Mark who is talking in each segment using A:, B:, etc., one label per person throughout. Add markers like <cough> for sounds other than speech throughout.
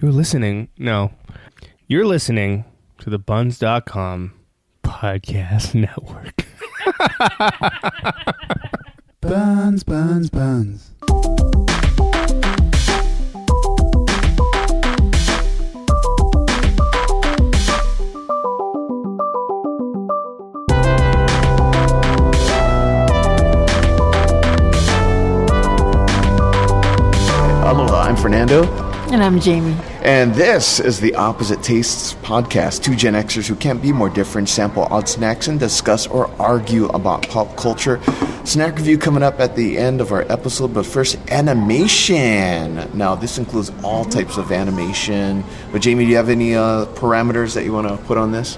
A: You're listening. No. You're listening to the buns.com podcast <laughs> network.
B: Buns, buns, buns.
C: Aloha, I'm Fernando,
D: And I'm Jamie.
C: and this is the Opposite Tastes podcast. Two Gen Xers who can't be more different sample odd snacks and discuss or argue about pop culture. Snack review coming up at the end of our episode, but first, animation. Now, this includes all types of animation. But, Jamie, do you have any uh, parameters that you want to put on this?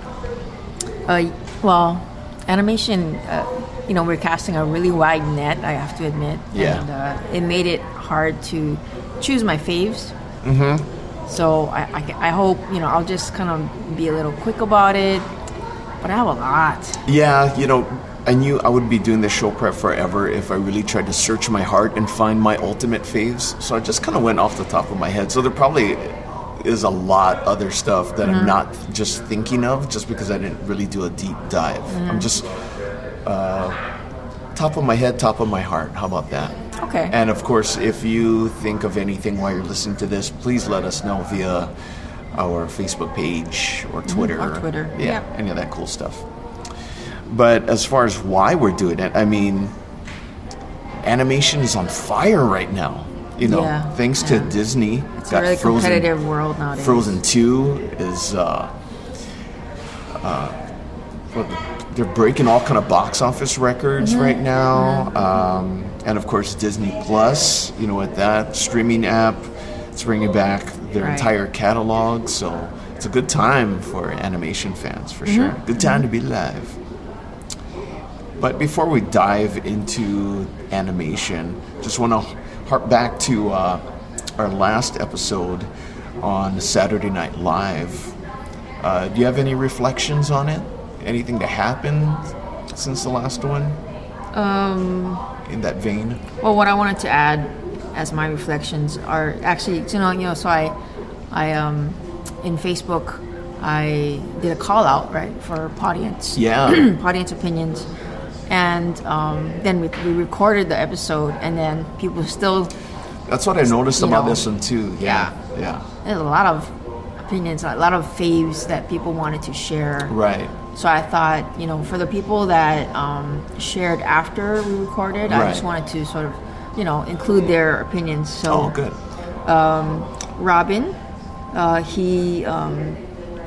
D: Uh, well, animation, uh, you know, we're casting a really wide net, I have to admit.
C: Yeah.
D: And uh, it made it hard to choose my faves. Mm-hmm. So I, I, I hope, you know, I'll just kind of be a little quick about it. But I have a lot.
C: Yeah, you know, I knew I would be doing this show prep forever if I really tried to search my heart and find my ultimate faves. So I just kind of went off the top of my head. So there probably is a lot other stuff that I'm not just thinking of just because I didn't really do a deep dive. I'm just uh, top of my head, top of my heart. How about that?
D: Okay.
C: And of course, if you think of anything while you're listening to this, please let us know via our Facebook page or Twitter.
D: or Twitter.
C: Yeah,
D: Yeah.
C: any of that cool stuff. But as far as why we're doing it, I mean, animation is on fire right now. You know,
D: Yeah,
C: thanks to
D: yeah.
C: Disney.
D: it's a really
C: Frozen-
D: competitive world nowadays.
C: Frozen Two is uh, uh, what- they're breaking all kind of box office records right now, um, and of course Disney Plus. You know, with that streaming app, it's bringing back their
D: Right.
C: entire catalog. So it's a good time for animation fans for sure. Good time to be live. But before we dive into animation, just want to harp back to uh, our last episode on Saturday Night Live. Uh, do you have any reflections on it? Anything that happened since the last one
D: Um,
C: in that
D: <clears throat>
C: vein?
D: Well, what I wanted to add as my reflections are actually, you know, you know, so I, I um, in Facebook, I did a call out right for audience,
C: Yeah.
D: <clears throat> audience opinions, and um, then we, we recorded the episode, and then people still
C: That's what I noticed
D: You
C: about
D: know.
C: this one, too. Yeah. Yeah.
D: there's a lot of opinions, a lot of faves that people wanted to share.
C: Right.
D: So I thought, you know, for the people that um, shared after we recorded, I just
C: Right.
D: wanted to sort of, you know, include their opinions. So
C: Oh, good.
D: Robin, uh, he um,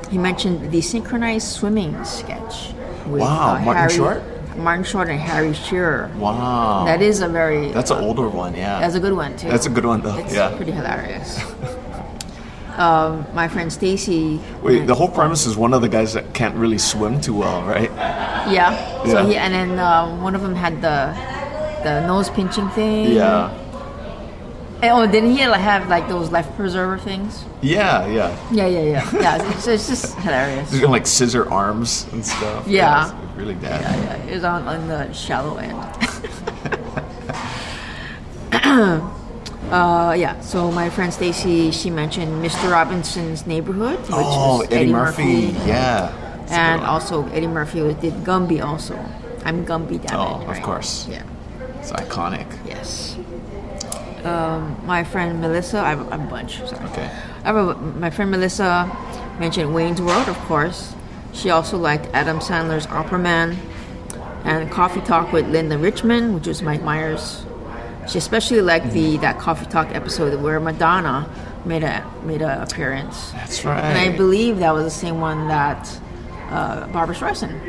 D: he mentioned the synchronized swimming sketch. With, uh,
C: Wow, Martin
D: Harry,
C: Short?
D: Martin Short and Harry Shearer.
C: Wow.
D: That is a very
C: That's an older one, yeah.
D: that's a good one too.
C: That's a good one, though.
D: It's
C: yeah.
D: pretty hilarious. um, my friend Stacy.
C: Wait, the whole premise is one of the guys that can't really swim too well, right?
D: Yeah. So
C: Yeah.
D: he and then um, one of them had the the nose pinching thing.
C: Yeah.
D: And, oh, didn't he like, have like those life preserver things?
C: Yeah, yeah.
D: Yeah, yeah, yeah, yeah. It's, it's just hilarious.
C: <laughs> He's got like scissor arms and stuff.
D: Yeah.
C: it's, like, really bad.
D: Yeah, it was on, on the shallow end. <laughs> <clears throat> uh, yeah, so my friend Stacy, she mentioned Mr. Robinson's Neighborhood, which
C: Oh,
D: is
C: Eddie, Murphy. Yeah. That's a good
D: And
C: one.
D: also Eddie Murphy did Gumby also. I'm Gumby, damn
C: Oh,
D: it,
C: of
D: right?
C: course.
D: Yeah.
C: It's iconic.
D: Yes. Um, my friend Melissa, I have a bunch. Sorry.
C: Okay.
D: I have a, my friend Melissa mentioned Wayne's World, of course. She also liked Adam Sandler's Opera Man and Coffee Talk with Linda Richmond, which was Mike Myers. She especially liked
C: Mm-hmm.
D: the that Coffee Talk episode where Madonna made a made an appearance,
C: That's right.
D: and I believe that was the same one that uh, Barbara Streisand.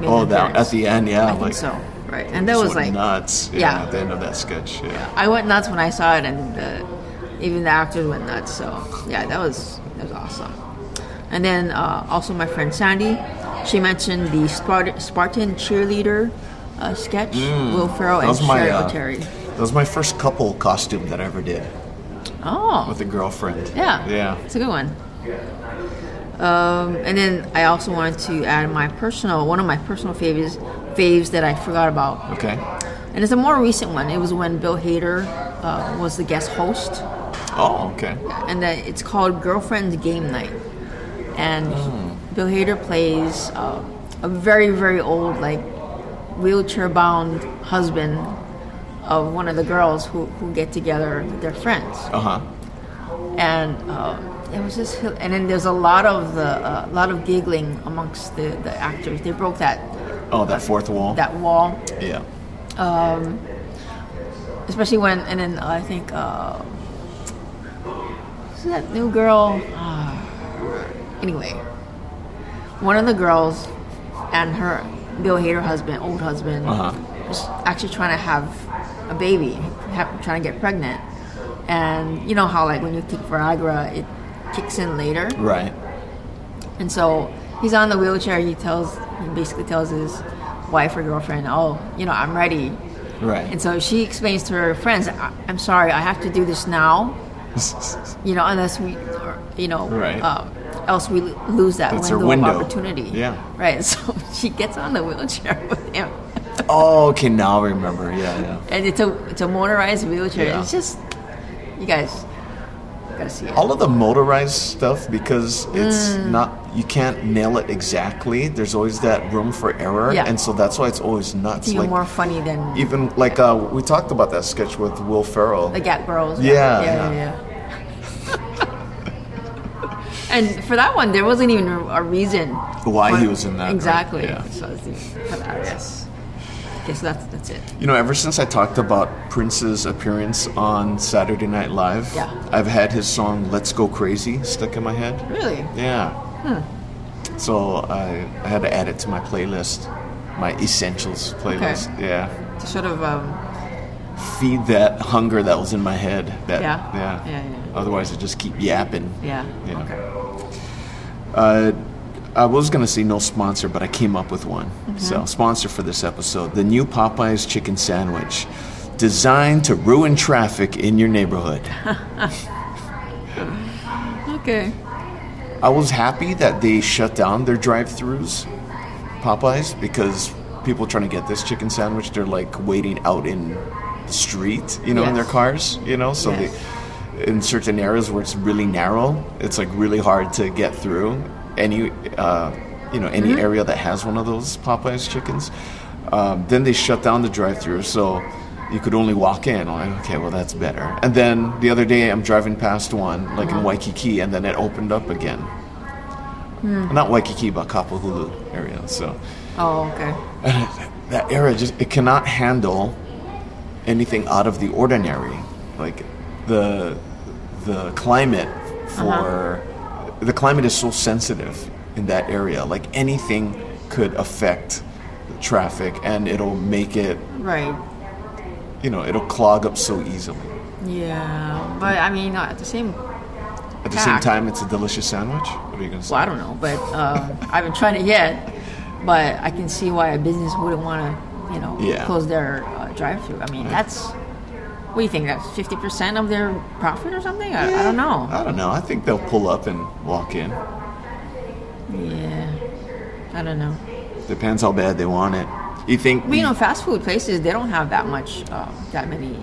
D: Made
C: Oh,
D: an
C: that
D: appearance.
C: at the end, yeah.
D: I
C: like,
D: think so, right? And that
C: just
D: was
C: went
D: like
C: nuts. Yeah,
D: yeah.
C: At the end of that sketch. Yeah.
D: I went nuts when I saw it, and uh, even the actors went nuts. So yeah, that was that was awesome. And then uh, also my friend Sandy, she mentioned the Spart- Spartan cheerleader uh, sketch, Will Ferrell
C: Mm. That
D: and
C: was my.
D: Sherry
C: Uh,
D: O'Terry.
C: that was my first couple costume that I ever did
D: Oh,
C: with a girlfriend.
D: yeah,
C: Yeah.
D: it's a good one. Um, and then I also wanted to add my personal one of my personal faves faves that I forgot about,
C: Okay.
D: and it's a more recent one. It was when Bill Hader uh, was the guest host
C: Oh, okay.
D: and that it's called Girlfriend's Game Night. And Bill Hader plays uh, a very, very old, like wheelchair-bound husband of one of the girls who, who get together with their friends.
C: Uh huh.
D: And uh, it was just, hil- and then there's a lot of the, uh, lot of giggling amongst the, the actors. They broke that
C: Oh, that fourth wall.
D: that wall,
C: Yeah.
D: especially when, and then uh, I think. Uh, who's that new girl? Ah anyway, one of the girls and her Bill Hader husband, old husband,
C: Uh-huh.
D: was actually trying to have a baby, ha- trying to get pregnant. And you know how, like, when you take Viagra, it kicks in later.
C: Right.
D: And so he's on the wheelchair. He tells, he basically tells his wife or girlfriend, "Oh, you know, I'm ready."
C: Right.
D: And so she explains to her friends, I- "I'm sorry, I have to do this now.
C: <laughs>
D: You know, unless we, or, you know,
C: Right.
D: um, else we lo- lose that
C: That's her
D: window,
C: window.
D: of opportunity."
C: Yeah.
D: Right. <laughs> So she gets on the wheelchair <laughs> with him,
C: oh, okay. Now I remember. Yeah, yeah.
D: and it's a it's a motorized wheelchair.
C: Yeah.
D: It's just, you guys, gotta see it.
C: all of the motorized stuff because it's
D: Mm.
C: not you can't nail it exactly there's always that room for error
D: Yeah.
C: and so that's why it's always nuts
D: It's even
C: like
D: more funny than
C: even like uh, we talked about that sketch with will ferrell
D: The Gap Girls.
C: Yeah,
D: Yeah, yeah, yeah.
C: <laughs>
D: and for that one, there wasn't even a reason
C: Why
D: for-
C: he was in that, right?
D: Exactly.
C: Yeah.
D: So it's even hilarious. Okay, so that's that's it.
C: you know ever since i talked about prince's appearance on saturday night live
D: Yeah.
C: i've had his song let's go crazy stuck in my head
D: Really?
C: yeah
D: Hmm.
C: so I, I had to add it to my playlist my essentials playlist yeah
D: To sort of um,
C: feed that hunger that was in my head. That,
D: Yeah.
C: yeah.
D: Yeah, yeah.
C: Otherwise, I just keep yapping.
D: yeah.
C: Yeah.
D: Okay.
C: Uh, I was gonna say no sponsor, but I came up with one.
D: Mm-hmm.
C: So sponsor for this episode: the new Popeyes chicken sandwich, designed to ruin traffic in your
D: <laughs>
C: neighborhood.
D: Okay.
C: I was happy that they shut down their drive-throughs, Popeyes, because people trying to get this chicken sandwich, they're like waiting out in the street, you know, in their
D: Yes.
C: cars, you know. So
D: Yes.
C: they, in certain areas where it's really narrow, it's like really hard to get through any, uh, you know, any area that has one of those Popeyes chickens. Um, then they shut down the drive-through, so you could only walk in. I'm like, okay, well that's better. And then the other day, I'm driving past one, like in Waikiki, and then it opened up again. Not Waikiki, but Kapahulu area. So
D: Oh, okay.
C: that era just it cannot handle anything out of the ordinary like the the climate
D: Uh-huh.
C: for the climate is so sensitive in that area like anything could affect the traffic and it'll make it
D: Right.
C: you know it'll clog up so easily
D: Yeah. But I mean, uh, at the same.
C: at the same
D: Fact.
C: time it's a delicious sandwich what are you gonna say
D: Well, I don't know, but uh, I haven't tried it yet. But I can see why a business wouldn't want to, you know,
C: Yeah. Mm.
D: close their uh, drive-through. I mean, that's what do you think? That's fifty percent of their profit or something? I, I don't know.
C: i don't know i think they'll pull up and walk in
D: Yeah, I don't know.
C: depends how bad they want it you think
D: But, you know, fast food places they don't have that much, uh, that many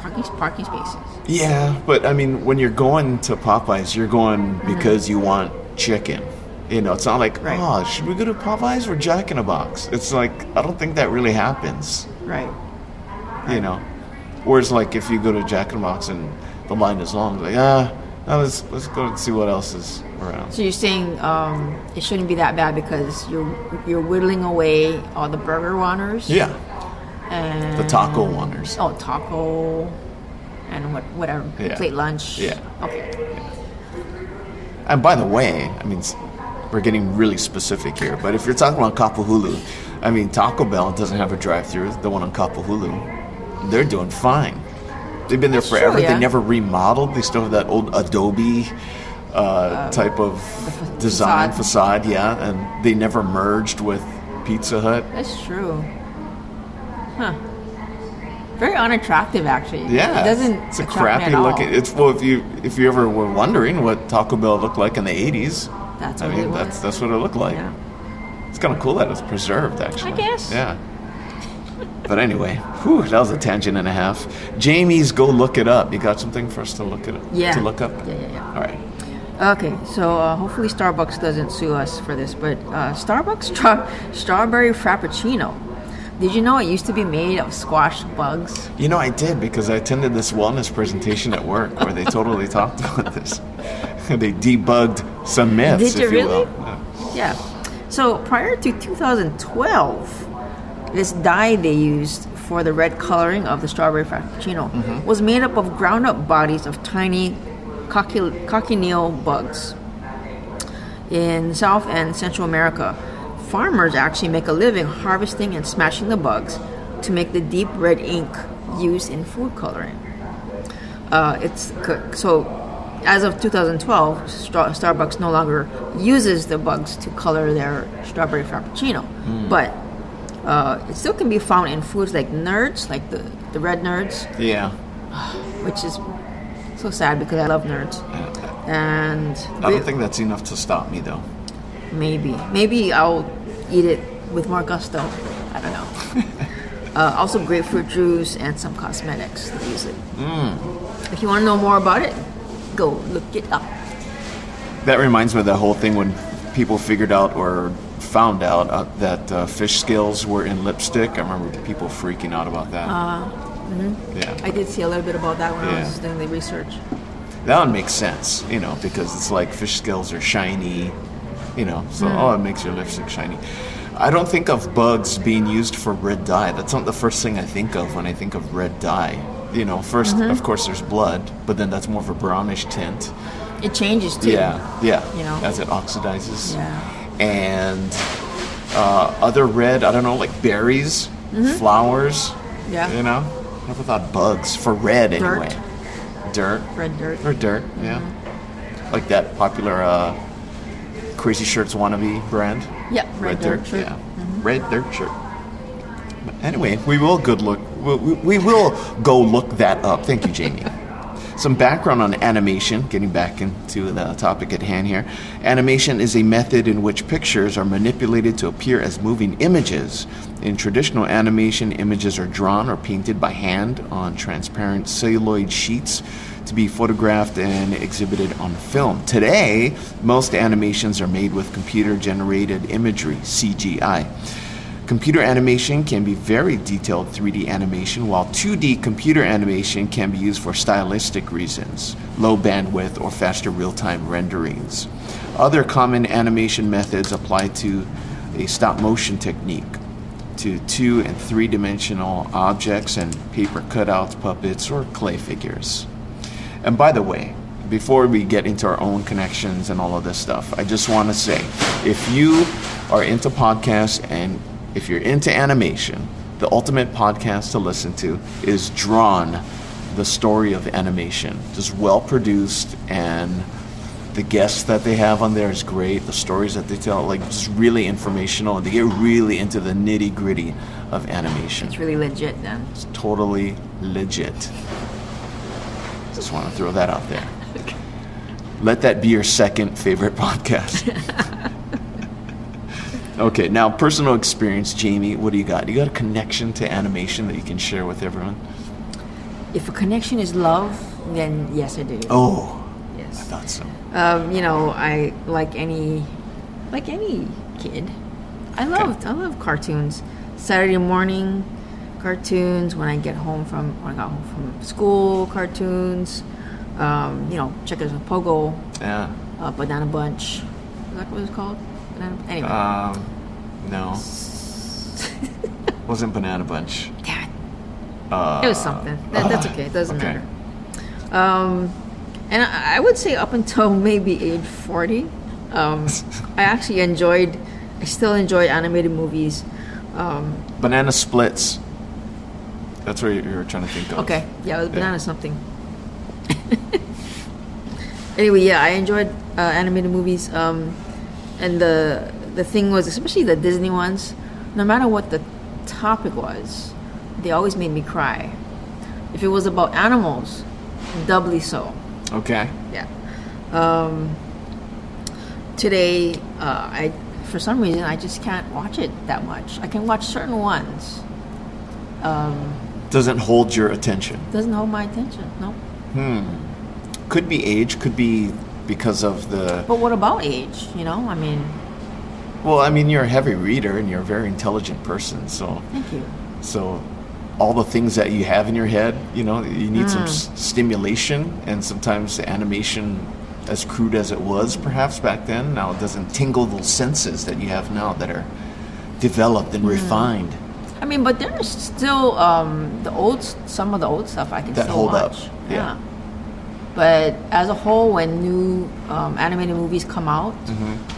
D: parking parking spaces.
C: Yeah, but I mean, when you're going to Popeyes, you're going because you want chicken. You know, it's not like,
D: Right.
C: oh, should we go to Popeyes or Jack in a Box? It's like, I don't think that really happens,
D: Right.
C: you know. Whereas, like, if you go to Jack in a Box and the line is long, like, ah, now let's, let's go and see what else is around.
D: So you're saying um, it shouldn't be that bad because you're you're whittling away all the burger wanters.
C: Yeah,
D: And
C: the taco wonders.
D: Oh, taco and what whatever
C: Yeah.
D: plate lunch.
C: Yeah.
D: Okay.
C: And by the way, I mean, s- we're getting really specific here, but if you're talking about Kapahulu, I mean, Taco Bell doesn't have a drive through, the one on Kapahulu. They're doing fine. They've been there
D: That's true,
C: forever.
D: yeah.
C: They never remodeled. They still have that old Adobe uh,
D: Oh,
C: type of design facade. yeah. And they never merged with Pizza Hut.
D: That's true. Huh. Very unattractive actually.
C: Yeah,
D: It doesn't
C: It's a
D: attract me
C: crappy
D: at all.
C: looking. It's well, if you if you ever were wondering what Taco Bell looked like in the '80s,
D: That's
C: I
D: what
C: mean,
D: it was.
C: that's that's what it looked like.
D: yeah.
C: It's kind of cool that it's preserved, actually.
D: guess.
C: Yeah. But anyway, whew, that was a tangent and a half. Jamie's, go look it up. You got something for us to look it up?
D: Yeah.
C: To look up.
D: Yeah, yeah, yeah.
C: All right.
D: Okay, so uh, hopefully Starbucks doesn't sue us for this, but uh, Starbucks <laughs> tra- strawberry frappuccino. Did you know it used to be made of squashed bugs?
C: You know, I did because I attended this wellness presentation at work where they totally
D: <laughs>
C: talked about this. <laughs> they debugged some myths,
D: Did you
C: if
D: really?
C: will. Yeah.
D: Yeah. So prior to 2012, this dye they used for the red coloring of the strawberry frappuccino was made up of ground up bodies of tiny cochi- cochineal bugs. In South and Central America, farmers actually make a living harvesting and smashing the bugs to make the deep red ink used in food coloring. Uh, it's c- so as of 2012, Stra- Starbucks no longer uses the bugs to color their strawberry frappuccino,
C: Hmm.
D: but uh, it still can be found in foods like nerds, like the, the red nerds,
C: Yeah.
D: which is so sad because I love nerds. And
C: I don't
D: the-
C: think that's enough to stop me, though.
D: Maybe. Maybe I'll eat it with more gusto. I don't know.
C: <laughs>
D: uh, also, grapefruit juice and some cosmetics that use it.
C: Hmm.
D: If you want to know more about it, go look it up.
C: That reminds me of that whole thing when people figured out or found out uh, that uh, fish scales were in lipstick. I remember people freaking out about that. Uh, Yeah.
D: I did see a little bit about that when I was
C: Yeah.
D: doing the research.
C: that one makes sense, you know, because it's like fish scales are shiny, you know, so oh, it makes your lipstick shiny. I don't think of bugs being used for red dye. That's not the first thing I think of when I think of red dye. You know, 1st of course, there's blood, but then that's more of a brownish tint.
D: It changes too.
C: Yeah, yeah.
D: You know?
C: as it oxidizes.
D: Yeah.
C: And uh, other red, I don't know, like berries, flowers.
D: Mm-hmm. Yeah.
C: You know, never thought bugs for red
D: Dirt.
C: anyway. Dirt.
D: Red dirt.
C: Or dirt. Yeah.
D: Mm-hmm.
C: Like that popular uh, Crazy Shirts wannabe brand.
D: Yeah, red dirt shirt. Mm-hmm.
C: Yeah. Red dirt shirt. But anyway, we will good look. We, we, we will go look that up. Thank you, Jamie.
D: <laughs>
C: Some background on animation, getting back into the topic at hand here. Animation is a method in which pictures are manipulated to appear as moving images. In traditional animation, images are drawn or painted by hand on transparent celluloid sheets to be photographed and exhibited on film. Today, most animations are made with computer generated imagery, CGI. Computer animation can be very detailed 3D animation, while 2D computer animation can be used for stylistic reasons, low bandwidth, or faster real time renderings. Other common animation methods apply to a stop motion technique to two and three dimensional objects and paper cutouts, puppets, or clay figures. And by the way, before we get into our own connections and all of this stuff, I just want to say if you are into podcasts and if you're into animation, the ultimate podcast to listen to is Drawn, the story of animation. Just well produced and the guests that they have on there is great. The stories that they tell, like, just really informational. and They get really into the nitty gritty of animation.
D: It's really legit then.
C: It's totally legit. Just want to throw that out there. Let that be your second favorite podcast. okay, now personal experience, Jamie. What do you got? You got a connection to animation that you can share with everyone?
D: If a connection is love, then yes, I do.
C: Oh, I
D: yes.
C: thought so.
D: Um, you know, I like any, like any kid. I loved, I love cartoons. Saturday morning cartoons. When I get home from, when I got home from school, cartoons. Um, you know, Checkers and Pogo,
C: Yeah.
D: uh, Banana Bunch. Is that what it's called? Banana, anyway.
C: Um, no, wasn't Banana Bunch.
D: Damn it.
C: Uh, oh,
D: It was something. That, that's okay. It doesn't
C: okay.
D: matter. Um, and I, I would say up until <laughs> maybe age 40, um, I actually enjoyed, I still enjoy animated movies. Um,
C: Banana Splits. That's what you were trying to think of.
D: okay. Yeah, it was banana something. anyway, yeah, I enjoyed uh, animated movies. Um, and the, the thing was, especially the Disney ones, no matter what the topic was, they always made me cry. If it was about animals, doubly so.
C: Okay.
D: Yeah. Um, today, uh, I for some reason I just can't watch it that much. I can watch certain ones,
C: Doesn't hold your attention.
D: Doesn't hold my attention. No.
C: Could be age, could be because of the.
D: But what about age? You know, I mean,
C: Well, I mean, you're a heavy reader and you're a very intelligent person, so
D: thank you.
C: so all the things that you have in your head, you know, you need some s- stimulation, and sometimes the animation, as crude as it was, perhaps back then, now it doesn't tingle those senses that you have now that are developed and refined.
D: I mean, but there's still um, the old, s- some of the old stuff I can
C: That
D: still
C: hold up,
D: watch.
C: yeah.
D: But as a whole, when new um, animated movies come out,
C: Mm-hmm.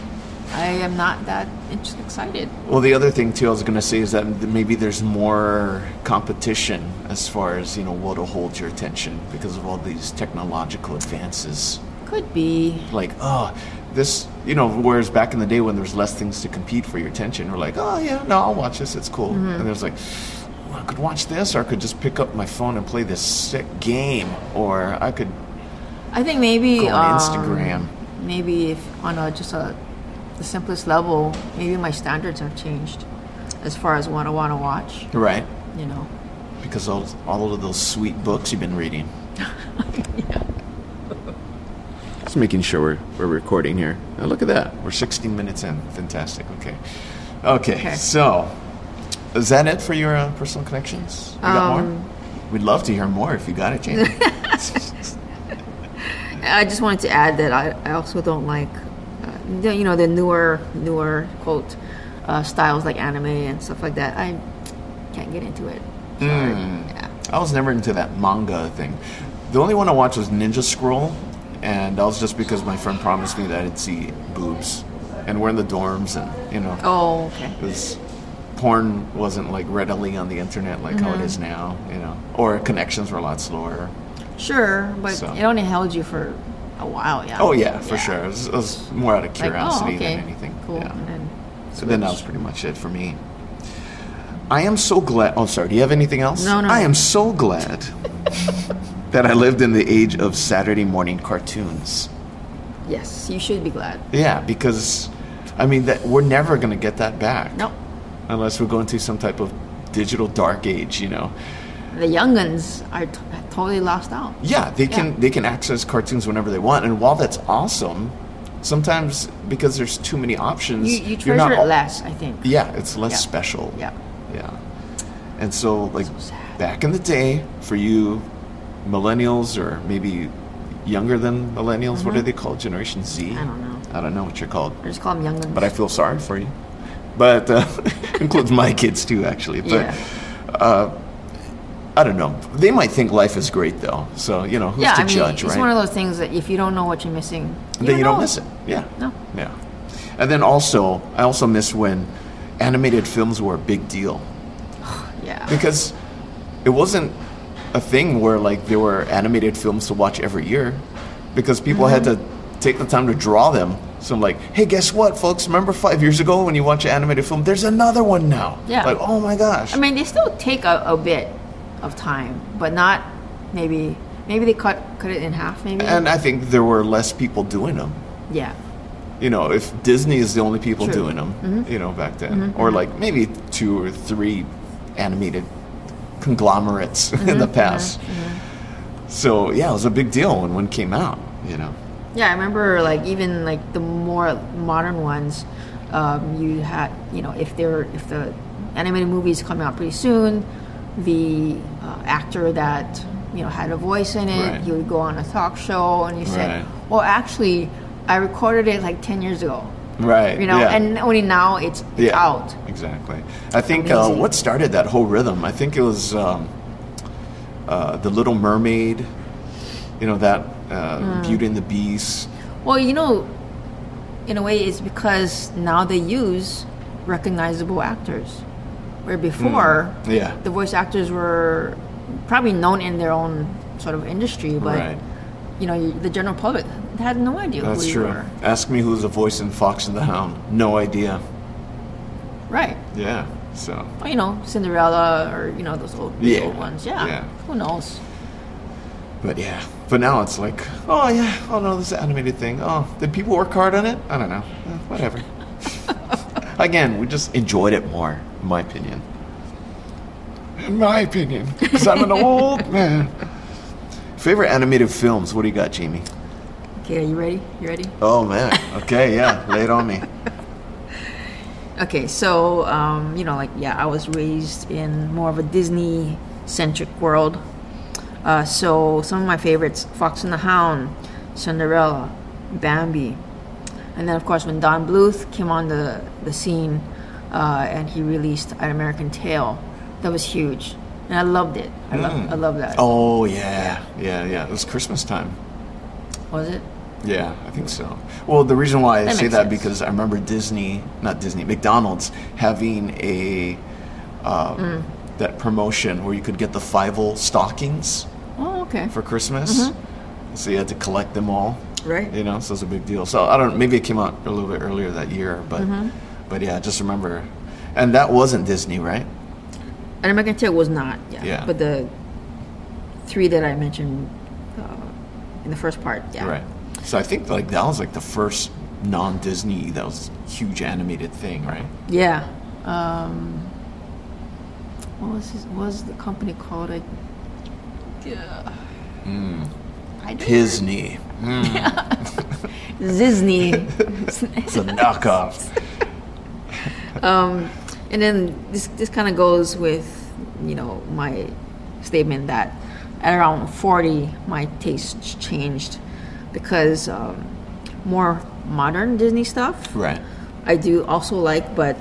D: I am not that int- excited.
C: Well, the other thing too, I was going to say is that m- maybe there's more competition as far as you know what will hold your attention because of all these technological advances.
D: Could be.
C: Like, oh, this, you know, whereas back in the day when there's less things to compete for your attention, we're like, oh yeah, no, I'll watch this, it's cool. And there's like, "Well, I could watch this, or I could just pick up my phone and play this sick game, or I could
D: I think maybe
C: go on
D: um,
C: Instagram.
D: Maybe if on a just a the simplest level, maybe my standards have changed as far as what I want to watch.
C: Right?
D: You know,
C: Because all all of those sweet books you've been reading. <laughs> Just making sure we're, we're recording here. Now look at that. We're 16 minutes in. Fantastic. Okay. Okay.
D: Okay.
C: So, is that it for your uh, personal connections? You got more? We'd love to hear more if you got it, Jane.
D: I just wanted to add that I, I also don't like, uh, the, you know, the newer newer quote uh, styles like anime and stuff like that. I can't get into it. Sorry.
C: Hmm.
D: Yeah.
C: I was never into that manga thing. The only one I watched was Ninja Scroll, and that was just because my friend promised me that I'd see boobs. And we're in the dorms, and, you know.
D: Oh, okay.
C: because porn wasn't like readily on the internet like how it
D: Mm-hmm.
C: is now, you know, or connections were a lot slower.
D: Sure, but
C: So.
D: it only held you for a while. Yeah.
C: Oh yeah, for sure. It was, it was more out of
D: Like, oh,
C: curiosity
D: okay.
C: than anything.
D: Cool.
C: Yeah.
D: And then
C: So then uh, that was pretty much it for me. I am so glad. Oh, sorry. Do you have anything else?
D: No, no,
C: I
D: no.
C: am so
D: <laughs>
C: glad that I lived in the age of Saturday morning cartoons.
D: yes, you should be glad.
C: Yeah, because I mean that we're never going to get that back.
D: No,
C: Unless we're going through some type of digital dark age, you know.
D: the younguns are t- totally lost out.
C: Yeah, they can
D: Yeah.
C: they can access cartoons whenever they want, and while that's awesome, sometimes because there's too many options,
D: You, you
C: you're not
D: treasure it
C: al-
D: less, I think.
C: Yeah, it's less
D: Yeah.
C: special.
D: Yeah.
C: yeah. And so, like
D: sad.
C: back in the day, for you millennials or maybe younger than millennials, what are they called? Generation Z.
D: Mm-hmm. I don't know.
C: I don't know what you're called,
D: I just call them younguns.
C: but I feel sorry for you. But uh, <laughs> includes my kids too, actually. But uh,
D: Yeah.
C: I don't know. They might think life is great though. So you know, who's
D: yeah,
C: to
D: I mean,
C: judge,
D: it's
C: right?
D: one of those things that if you don't know what you're missing, you
C: then
D: don't
C: you don't
D: know.
C: miss it. Yeah.
D: No.
C: Yeah. And then also, I also miss when animated films were a big deal
D: Yeah.
C: because it wasn't a thing where like there were animated films to watch every year because people had to
D: Mm-hmm.
C: take the time to draw them. So I'm like, hey, guess what, folks? Remember five years ago when you watch an animated film? There's another one now.
D: Yeah.
C: Like, oh my gosh.
D: I mean, they still take a, a bit of time, but not maybe maybe they cut cut it in half, maybe.
C: and I think there were less people doing them.
D: yeah.
C: you know, if Disney is the only people
D: True. Mm-hmm.
C: doing them, you know, back then, or like maybe two or three animated conglomerates <laughs> in
D: Mm-hmm.
C: the past. So yeah, it was a big deal when one came out. You know,
D: Yeah, I remember like even like the more modern ones, um, you had you know if they're if the animated movie is coming out pretty soon, the uh, actor that you know had a voice in it,
C: Right.
D: he would go on a talk show and he said,
C: Right.
D: "Well, actually, I recorded it like ten years ago."
C: right?
D: You know,
C: yeah.
D: and only now it's, it's
C: yeah,
D: out.
C: exactly. I think uh,
D: Amazing.
C: what started that whole rhythm. I think it was um, uh, the Little Mermaid. You know that uh,
D: Hmm.
C: Beauty and the Beast.
D: Well, you know, in a way, it's because now they use recognizable actors, where
C: Hmm.
D: before
C: Yeah.
D: the voice actors were probably known in their own sort of industry, but
C: Right.
D: you know, you- the general public had no idea
C: That's
D: who you
C: true.
D: were.
C: Ask me who's the voice in Fox and the Hound. No idea.
D: Right.
C: Yeah. So
D: Well, you know, Cinderella or you know those old, those
C: Yeah.
D: old ones. Yeah.
C: Yeah.
D: Who knows?
C: But yeah, but now it's like, oh yeah, oh no, this animated thing. Oh, did people work hard on it? I don't know. Eh, <laughs> whatever. Again, we just enjoyed it more, in my opinion. in my <laughs> opinion, because I'm an old man. Favorite animated films? What do you got, Jamie?
D: Okay, are you ready? You ready?
C: Oh man. Okay, yeah, lay it on me.
D: Okay, so um, you know, like yeah, I was raised in more of a Disney-centric world. Uh, so some of my favorites: Fox and the Hound, Cinderella, Bambi, and then of course when Don Bluth came on the the scene uh, and he released An American Tale, that was huge, and I loved it. I love I love that.
C: <laughs> Oh yeah, yeah, yeah. It was Christmas time.
D: Was it?
C: Yeah, I think so. Well, the reason why I
D: That
C: say
D: makes
C: that
D: sense.
C: because I remember Disney, not Disney, McDonald's having a uh,
D: Mm.
C: that promotion where you could get the Fievel stockings
D: Oh, okay.
C: for Christmas.
D: Mm-hmm.
C: So you had to collect them all.
D: Right.
C: You know, so it's a big deal. So I don't. Maybe it came out a little bit earlier that year, but
D: Mm-hmm.
C: but yeah, I just remember. And that wasn't Disney, right?
D: An American Tale was not. Yeah.
C: Yeah.
D: But the three that I mentioned uh, in the first part. Yeah.
C: Right. So I think like that was like the first non-Disney that was huge animated thing, right?
D: Yeah. Um, what was his, what was the company called? I, yeah. I did-
C: Disney.
D: Disney.
C: It's a knockoff.
D: <laughs> and then this this kind of goes with you know my statement that at around 40 my tastes changed because um, more modern Disney stuff.
C: right.
D: I do also like, but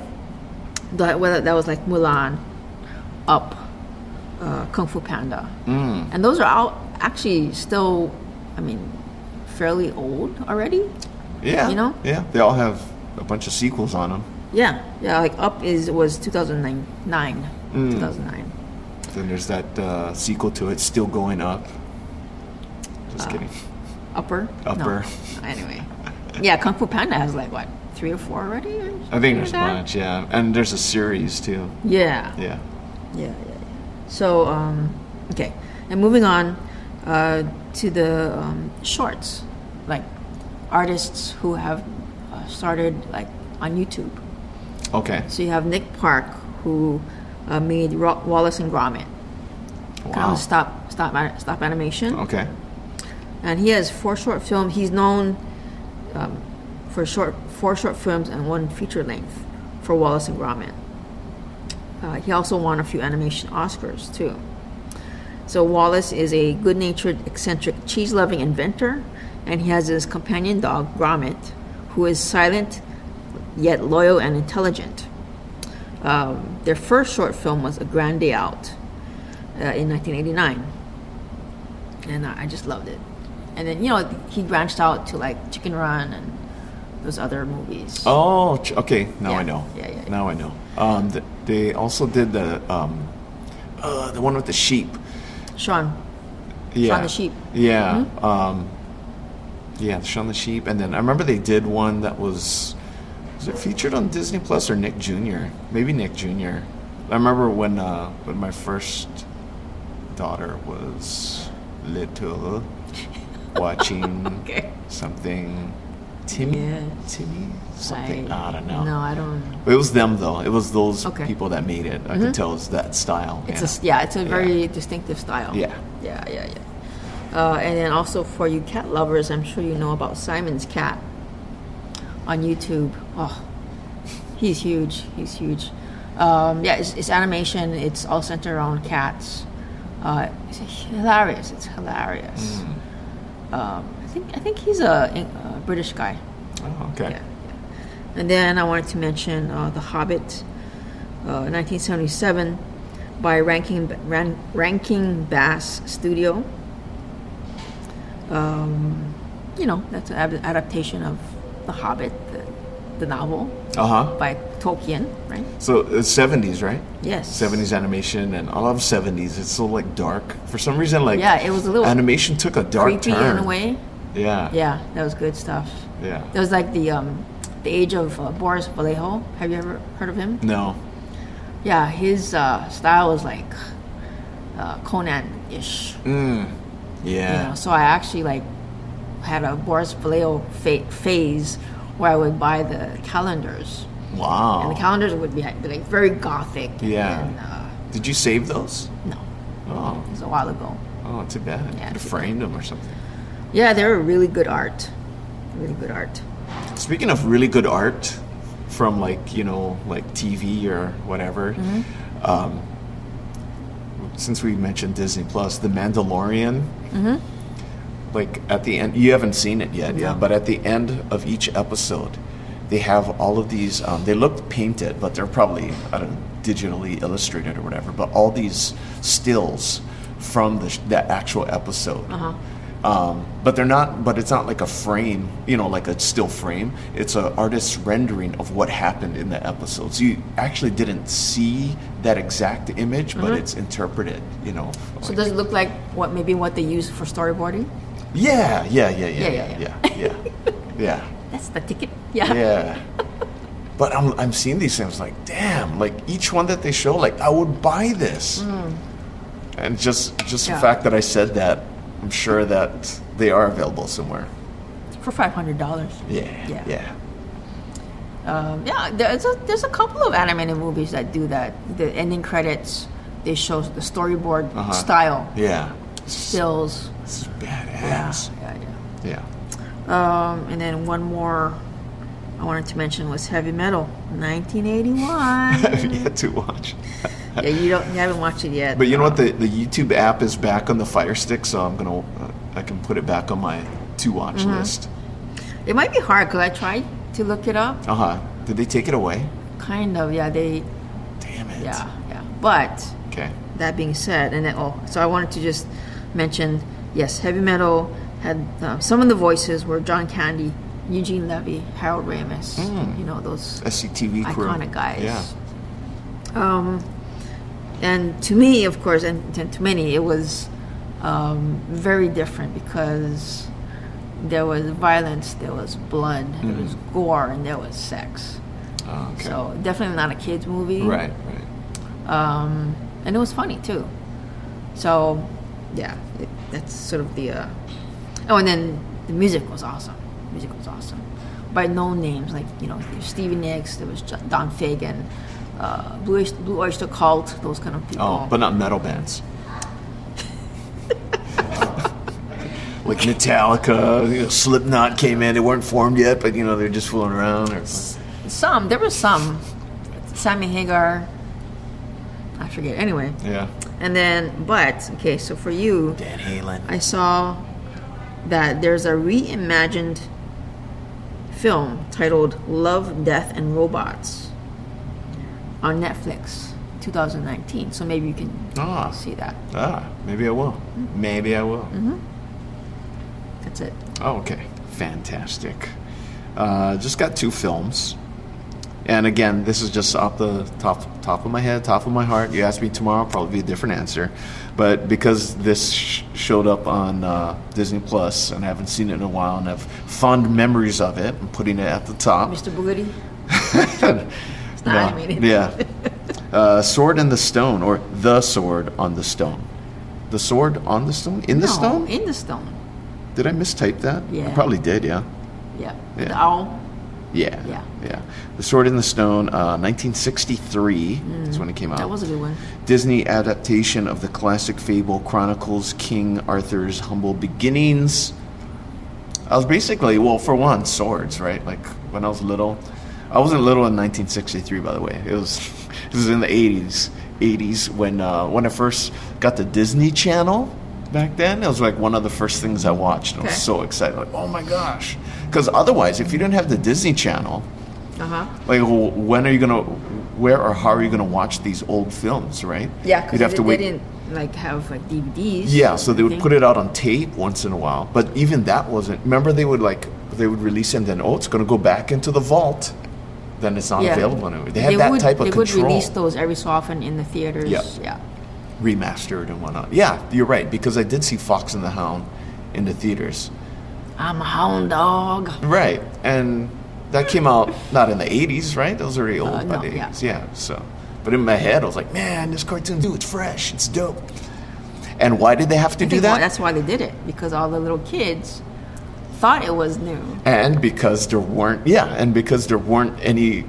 D: that whether that was like Mulan, Up, uh, Kung Fu Panda,
C: Mm.
D: and those are all actually still, I mean, fairly old already.
C: Yeah.
D: You know?
C: Yeah. They all have a bunch of sequels on them.
D: Yeah, yeah. Like Up is was two thousand nine, nine,
C: Mm.
D: two thousand nine.
C: Then there's that uh, sequel to it, Still Going Up. Just
D: Uh,
C: kidding.
D: Upper. No.
C: Upper.
D: Anyway, yeah, Kung Fu Panda has like what three or four already. or
C: I think
D: something like
C: there's a
D: that?
C: bunch, yeah. And there's a series too.
D: Yeah.
C: Yeah.
D: yeah, yeah. yeah. So, um, okay, and moving on uh, to the um, shorts, like artists who have uh, started like on YouTube.
C: Okay.
D: So you have Nick Park who uh, made Ro- Wallace and Gromit, kind
C: Wow.
D: of stop stop ani- stop animation,
C: Okay.
D: and he has four short films. He's known um, for short four short films and one feature length for Wallace and Gromit. Uh, he also won a few animation Oscars too. So Wallace is a good-natured, eccentric, cheese-loving inventor, and he has his companion dog Gromit, who is silent yet loyal and intelligent. Um, their first short film was A Grand Day Out uh, in 1989, and I, I just loved it. And then you know he branched out to like Chicken Run and those other movies.
C: Oh, ch- okay. Now I
D: Yeah.
C: know.
D: Yeah, yeah, yeah.
C: Now I know. Um, th- they also did the um, uh, the one with the sheep.
D: Sean,
C: Yeah.
D: the Sheep. Mm-hmm.
C: Yeah. Um, yeah, Shaun the Sheep. And then I remember they did one that was was it featured on Disney Plus or Nick Jr. Maybe Nick Jr. I remember when uh, when my first daughter was
D: <laughs>
C: little, watching
D: Okay.
C: something. Timmy,
D: Yeah.
C: Timmy, something. I, don't know.
D: No, I don't.
C: It was them though. It was those
D: Okay. Mm-hmm.
C: people that made it. I could tell it was that style.
D: It's
C: yeah.
D: a s yeah, it's a very distinctive style.
C: Yeah.
D: yeah, yeah, yeah. Uh, and then also for you cat lovers, I'm sure you know about Simon's cat on YouTube. Oh, he's huge. He's huge. Um, yeah, it's, it's animation. It's all centered around cats. Uh, it's hilarious. It's hilarious. Um, I think I think he's a, a British guy.
C: Oh, okay.
D: Yeah. And then I wanted to mention uh, The Hobbit, uh, 1977, by Ranking, Ran, Ranking Bass Studio. Um, you know, that's an ad- adaptation of The Hobbit, the, the novel
C: Uh huh.
D: by Tolkien, right?
C: So it's seventies, right?
D: Yes.
C: Seventies animation, and I love seventies. It's so like dark for some reason. Like
D: Yeah, it was a little
C: animation took a dark
D: Creepy
C: turn.
D: in a way.
C: Yeah.
D: Yeah, that was good stuff.
C: Yeah.
D: That was like the um, the age of uh, Boris Vallejo. Have you ever heard of him?
C: No.
D: Yeah, his uh, style was like uh, Conan-ish. You know,
C: Yeah.
D: so I actually like had a Boris Vallejo fa- phase where I would buy the calendars,
C: Wow.
D: and the calendars would be, be like very gothic.
C: Oh. Yeah.
D: And, uh,
C: Did you save those?
D: No,
C: Oh,
D: it was a while ago.
C: oh, too bad.
D: Yeah,
C: Could have
D: too
C: framed them or something.
D: Yeah, they were really good art. Really good art.
C: Speaking of really good art from like you know like TV or whatever,
D: Mm-hmm.
C: um, since we mentioned Disney Plus, The Mandalorian. Like at the end, you haven't seen it yet, yeah. But at the end of each episode, they have all of these. Um, they look painted, but they're probably I don't know, digitally illustrated or whatever. But all these stills from the, sh- that actual episode. Um, but they're not. But it's not like a frame, you know, like a still frame. It's an artist's rendering of what happened in the episode. So you actually didn't see that exact image, but it's interpreted. You know.
D: So
C: like-
D: does it look like what maybe what they use for storyboarding?
C: yeah, yeah, yeah, yeah,
D: Yeah,
C: yeah,
D: yeah,
C: yeah, yeah, yeah,
D: That's the ticket. <laughs> Yeah.
C: yeah. But I'm I'm seeing these things like, damn, like each one that they show, like I would buy this. And just just
D: Mm. Yeah.
C: the fact that I said that, I'm sure that they are available somewhere.
D: For five hundred dollars.
C: Yeah,
D: Yeah.
C: yeah,
D: Um, yeah, there's a, there's a couple of animated movies that do that. The ending credits, they show the storyboard
C: Uh-huh.
D: style
C: yeah.
D: stills.
C: This is badass.
D: Yeah, yeah.
C: Yeah. <laughs>
D: Um, and then one more I wanted to mention was heavy metal,
C: <laughs>
D: 1981.
C: I've yet to watch.
D: yeah, you don't you haven't watched it yet.
C: But you know what? The the YouTube app is back on the Fire Stick, so I'm gonna uh, I can put it back on my to watch
D: Mm-hmm.
C: list.
D: it might be hard because I tried to look it up.
C: Uh huh. Did they take it away?
D: Kind of, yeah. They,
C: Damn it.
D: yeah, yeah. But
C: Okay.
D: that being said, and then, oh, so I wanted to just mention yes, heavy metal had uh, some of the voices were John Candy, Eugene Levy, Harold Ramis, you know those
C: SCTV E crew.
D: iconic guys.
C: Yeah.
D: Um, and to me, of course, and to, to many, it was um, very different because there was violence, there was blood, there was gore, and there was sex.
C: Oh, Mm-hmm. okay.
D: So definitely not a kids movie
C: Right. Right.
D: um, and it was funny too. So, yeah, it, that's sort of the. Uh, oh, and then the music was awesome. Music was awesome. By known names like you know there's Stevie Nicks, there was Jo- Don Fagan, uh, Blue, Oyster, Blue Oyster Cult, those kind of people.
C: Oh, but not metal bands. like Metallica, you know, Slipknot came in. They weren't formed yet, but you know they're just fooling around. Or,
D: some there were some, Sammy Hagar. I forget anyway.
C: yeah.
D: And then, but okay, so for you,
C: Dan Halen.
D: I saw that there's a reimagined film titled Love, Death, and Robots on Netflix 2019. So maybe you can
C: Ah.
D: see that.
C: Ah. Maybe I will. Maybe I will.
D: That's it.
C: Oh, okay. Fantastic. Uh, just got two films. And again, this is just off the top top of my head, top of my heart. You ask me tomorrow, probably be a different answer. But because this sh- showed up on uh, Disney Plus, and I haven't seen it in a while, and I have fond memories of it, I'm putting it at the top.
D: Mr.
C: <laughs>
D: Bugatti? it's
C: Oh. No.
D: not animated.
C: Yeah. Uh, sword and the Stone, or The Sword on the Stone. The Sword on the Stone? In the
D: No,
C: Stone?
D: In the stone.
C: Did I mistype that?
D: Yeah.
C: I probably did, yeah.
D: Yeah.
C: Yeah.
D: The owl.
C: Yeah.
D: Yeah.
C: Yeah. The Sword in the Stone, uh, 1963 is when it came out.
D: Mm. That was a good one.
C: Disney adaptation of the classic fable chronicles King Arthur's humble beginnings. I was basically, well, for one, swords, right? Like when I was little. I wasn't little in 1963, by the way. It was, <laughs> it was in the 80s. 80s when uh, when I first got the Disney Channel back then. It was like one of the first things I watched. I was
D: Okay.
C: so excited, like, oh my gosh! Because otherwise, if you didn't have the Disney Channel,
D: Uh huh.
C: like, wh- when are you gonna, where or how are you gonna watch these old films, right?
D: Yeah, because
C: You'd
D: they,
C: have to
D: they
C: wait.
D: didn't like have like DVDs.
C: Yeah, so they would put
D: it.
C: it out on tape once in a while. But even that wasn't. Remember, they would like they would release it and then oh, it's gonna go back into the vault. Then it's not
D: Yeah.
C: available anymore. They had that
D: would,
C: type of
D: They
C: control,
D: would release those every so often in the theaters.
C: Yeah.
D: Yeah.
C: remastered and whatnot. Yeah, you're right because I did see Fox and the Hound in the theaters.
D: I'm a hound dog.
C: Right, and that came out not in the '80s, right? That was already old
D: Uh,
C: by
D: no,
C: the
D: yeah.
C: '80s. Yeah. So, but in my head, I was like, man, this cartoon, dude, it's fresh, it's dope. And why did they have to
D: I
C: do
D: think
C: that?
D: That's why they did it because all the little kids thought it was new.
C: and because there weren't yeah and because there weren't any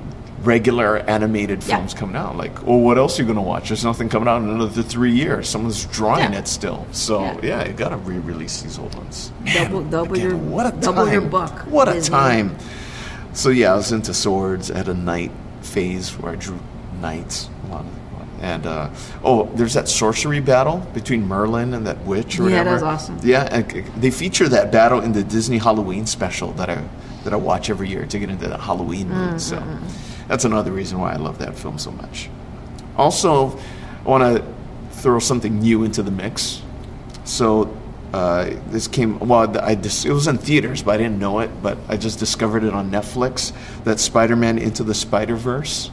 C: regular animated
D: Yeah.
C: films coming out. Like, well, what else are you going to watch? There's nothing coming out in another three years. Someone's drawing
D: Yeah.
C: it still. So,
D: Yeah.
C: yeah, you got to re release these old ones.
D: Double- double your-
C: what a
D: double
C: time.
D: your buck,
C: What a
D: Disney.
C: time. So, yeah, I was into swords. I had a knight phase where I drew knights. A lot of- And, uh, oh, there's that sorcery battle between Merlin and that witch or
D: Yeah, that
C: whatever.
D: was awesome.
C: Yeah, and c- they feature that battle in the Disney Halloween special that I that I watch every year to get into that Halloween
D: Mm,
C: mood. So that's another reason why I love that film so much. Also, I want to throw something new into the mix. So uh, this came well. th- I dis- it was in theaters, but I didn't know it. But I just discovered it on Netflix. That Spider-Man Into the Spider-Verse.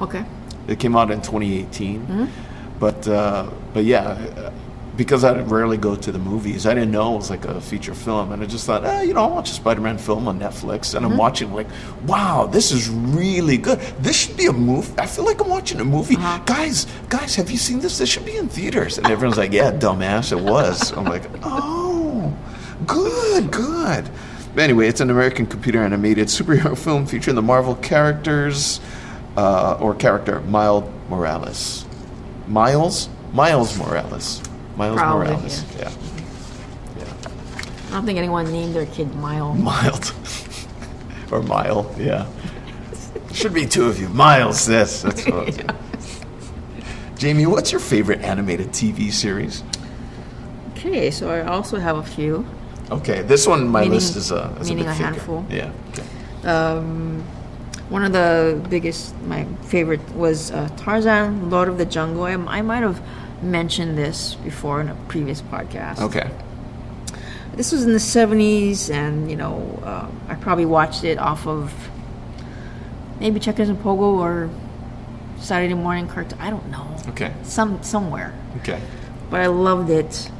D: Okay.
C: It came out in 2018. But uh, but yeah, uh, because I rarely go to the movies, I didn't know it was like a feature film, and I just thought, eh, you know, I'll watch a Spider-Man film on Netflix, and I'm watching like, wow, this is really good. This should be a movie. I feel like I'm watching a movie. Guys, guys, have you seen this? This should be in theaters. And everyone's like, yeah, dumbass, it was. I'm like, oh, good, good. But Anyway, it's an American computer animated superhero <laughs> film featuring the Marvel characters uh, or character Miles Morales. Miles? Miles Morales. Miles
D: Probably,
C: Morales. Yeah.
D: I don't think anyone named their kid Mile.
C: Mild. <laughs> or Mile, yeah. Should be two of you. Miles, this. That's what I was
D: <laughs>
C: saying. Jamie, what's your favorite animated TV series?
D: Okay, so I also have a few.
C: Okay, this one, my
D: Meaning-
C: list is a, is a
D: meaning
C: bit
D: a
C: thicker.
D: handful.
C: Yeah. okay.
D: Um, One of the biggest, my favorite was uh, Tarzan, Lord of the Jungle. I, I might have mentioned this before in a previous podcast.
C: Okay.
D: This was in the 70s, and you know, um I probably watched it off of maybe Checkers and Pogo or Saturday morning cartoon. I don't know.
C: Okay.
D: Some somewhere,
C: Okay.
D: but I loved it.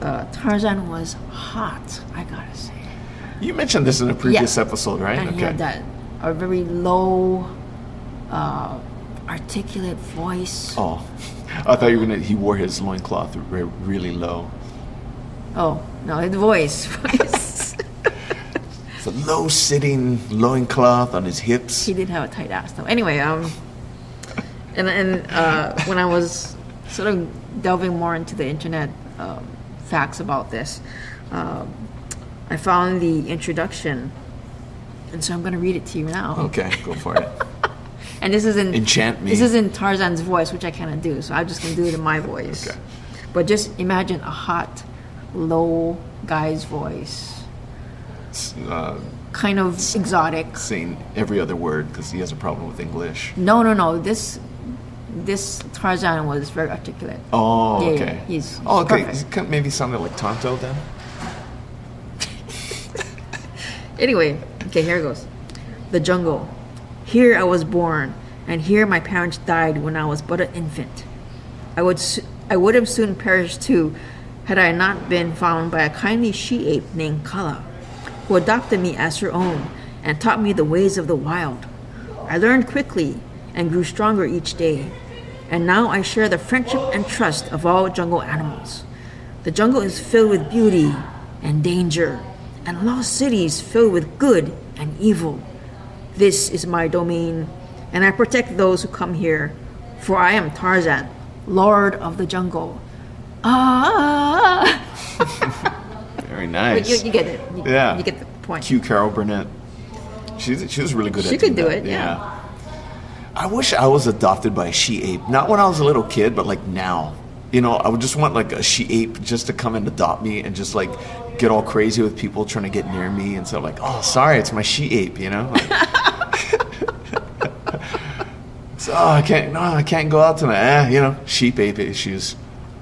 D: Uh, Tarzan was hot. I gotta say.
C: You mentioned this in a previous episode, right?
D: and
C: okay.
D: he had that a very low, uh, articulate voice. Oh.
C: Oh, I thought you were gonna. He wore his loincloth re- really low.
D: Oh, no, his voice <laughs> was.
C: It's a low sitting loincloth on his hips.
D: he did have a tight ass though. Anyway, um, and and uh, when I was sort of delving more into the internet um, facts about this, um, I found the introduction, and so I'm going to read it to you now.
C: Okay, go for it.
D: And this is in
C: Enchant me.
D: This is in Tarzan's voice, which I cannot do, so I'm just gonna do it in my voice.
C: Okay.
D: But just imagine a hot, low guy's voice,
C: It's, uh,
D: kind of exotic.
C: saying every other word because he has a problem with English.
D: No, no, no. This this Tarzan was very articulate.
C: Oh,
D: Yeah,
C: okay.
D: yeah, he's-
C: oh, okay.
D: perfect.
C: He could- Maybe sounded like Tonto then.
D: Anyway, okay, here it goes. The jungle. Here I was born, and here my parents died when I was but an infant. I would, s- I would have soon perished too had I not been found by a kindly she ape named Kala, who adopted me as her own and taught me the ways of the wild. I learned quickly and grew stronger each day, and now I share the friendship and trust of all jungle animals. The jungle is filled with beauty and danger, and lost cities filled with good and evil. This is my domain, and I protect those who come here, for I am Tarzan, Lord of the Jungle. Ah!
C: Very
D: But
C: nice.
D: you, you get it. You,
C: yeah.
D: You get the point.
C: Cue Carol Burnett. She's, she was really good at
D: She could
C: doing
D: do
C: that,
D: it, yeah.
C: I wish I was adopted by a she ape. Not when I was a little kid, but like now. You know, I would just want like a she ape just to come and adopt me and just like get all crazy with people trying to get near me and so like, oh, sorry, it's my she ape. You know. Like, <laughs> so oh, I can't. No, I can't go out tonight. Eh, you know, sheep ape issues.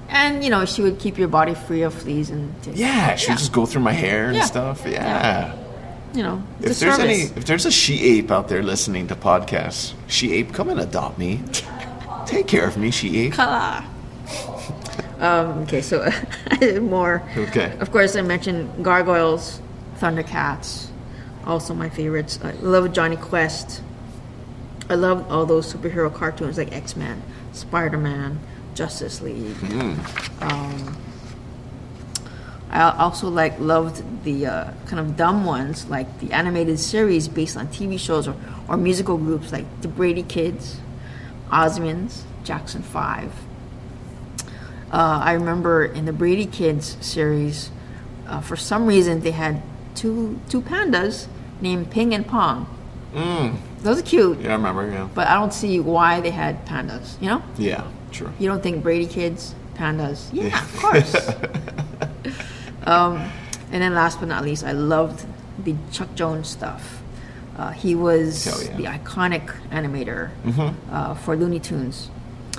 D: And, you know, she would keep your body free of fleas and, t-
C: Yeah, she would just go through my hair and
D: Yeah.
C: stuff. Yeah.
D: you know, it's
C: If
D: a
C: there's
D: service.
C: any, if there's a she ape out there listening to podcasts, she ape, come and adopt me. Take care of me, she ape.
D: Um, Okay, so <laughs> I did more.
C: Okay.
D: Of course, I mentioned Gargoyles, Thundercats, also my favorites. I love Johnny Quest. I love all those superhero cartoons like X Men, Spider Man, Justice League. Um, I also like loved the uh, kind of dumb ones, like the animated series based on TV shows or, or musical groups, like the Brady Kids, Osmonds, Jackson Five. Uh, I remember in the Brady Kids series, uh, for some reason they had two two pandas named Ping and Pong. Those are cute,
C: Yeah, I remember. Yeah.
D: but I don't see why they had pandas. You know,
C: Yeah. True.
D: you don't think Brady Kids pandas? Yeah, of course. <laughs> um, and then last but not least, I loved the Chuck Jones stuff. Uh, he was
C: Hell yeah.
D: the iconic animator uh, for Looney Tunes,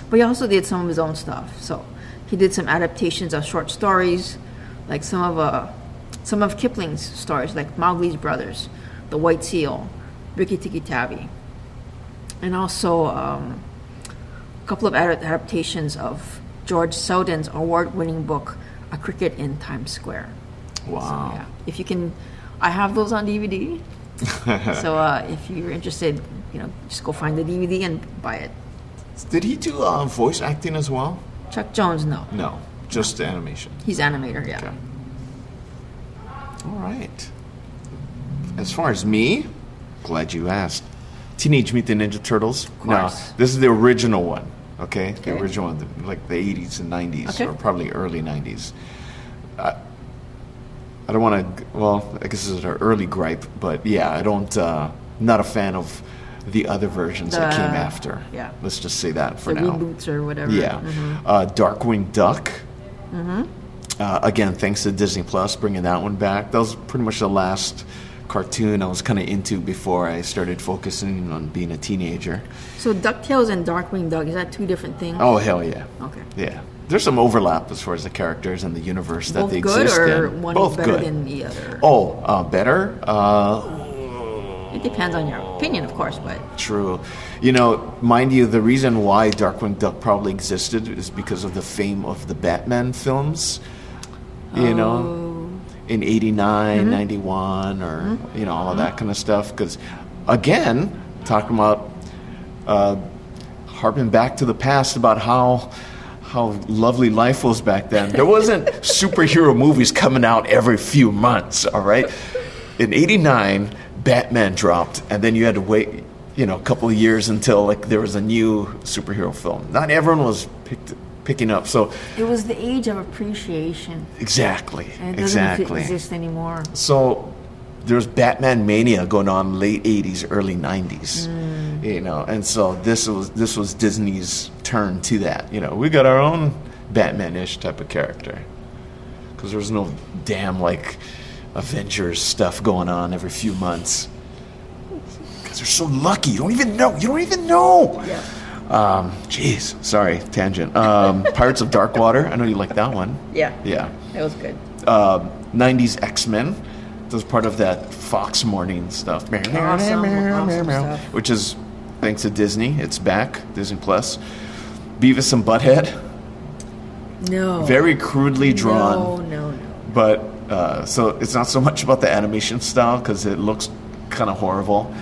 D: but he also did some of his own stuff. So he did some adaptations of short stories, like some of uh, some of Kipling's stories, like Mowgli's Brothers, The White Seal, Rikki Tikki Tavi, and also. Um, couple of ad- adaptations of George Selden's award-winning book, A Cricket in Times Square.
C: Wow.
D: Yeah, if you can, I have those
C: <laughs>
D: on DVD. so uh, if you're interested, you know, just go find the DVD and buy it.
C: Did he do uh, voice acting as well?
D: Chuck Jones, no,
C: No, just animation.
D: he's animator. Yeah.
C: Okay. All right. As far as me, glad you asked. Teenage Mutant Ninja Turtles. No,
D: course.
C: this is the original one. Okay, the
D: Okay.
C: original one, the- like the 80s and 90s,
D: Okay.
C: or probably early 90s. I, I don't want to. Well, I guess this is an early gripe, but yeah, I don't. Uh, not a fan of the other versions that came
D: The-
C: after.
D: yeah.
C: Let's just say that for
D: the
C: now.
D: reboots or whatever.
C: Yeah.
D: Mhm.
C: Uh, Darkwing Duck.
D: Mm-hmm.
C: Uh, again, thanks to Disney Plus bringing that one back. That was pretty much the last cartoon I was kind of into before I started focusing on being a teenager.
D: So Ducktales and Darkwing Duck is that two different things?
C: Oh, hell yeah.
D: Okay.
C: Yeah. There's some overlap as far as the characters and the universe that
D: Both
C: they
D: good
C: exist
D: or
C: in.
D: one
C: Both
D: is better
C: good.
D: than the other?
C: oh, uh, better? Uh,
D: It depends on your opinion, of course, but
C: True. You know, mind you, the reason why Darkwing Duck probably existed is because of the fame of the Batman films. You know, in 89, 91, or, you know, all of that kind of stuff. Because, again, talking about, uh, harping back to the past about how. How lovely life was back then. There wasn't superhero movies coming out every few months, all right? in 89 batman dropped and then you had to wait you know a couple of years until like there was a new superhero film not everyone was picked, picking up so
D: it was the age of appreciation,
C: exactly
D: and it doesn't
C: exactly
D: exist anymore.
C: so there's Batman mania going on late '80s, early '90s, you know, and so this was this was Disney's turn to that. You know, we got our own Batman-ish type of character because there was no damn like Avengers stuff going on every few months. Because they're so lucky, you don't even know. You don't even know. Um, jeez, sorry, tangent. Um, Pirates of Dark Water. I know you like that one.
D: Yeah.
C: Yeah
D: It was good.
C: um, 90s X Men. That was part of that Fox morning stuff.
D: awesome stuff.
C: Which is, thanks to Disney, it's back, Disney Plus. Beavis and Butthead,
D: No.
C: very crudely drawn,
D: No, no, no.
C: but uh, so it's not so much about the animation style because it looks kind of horrible,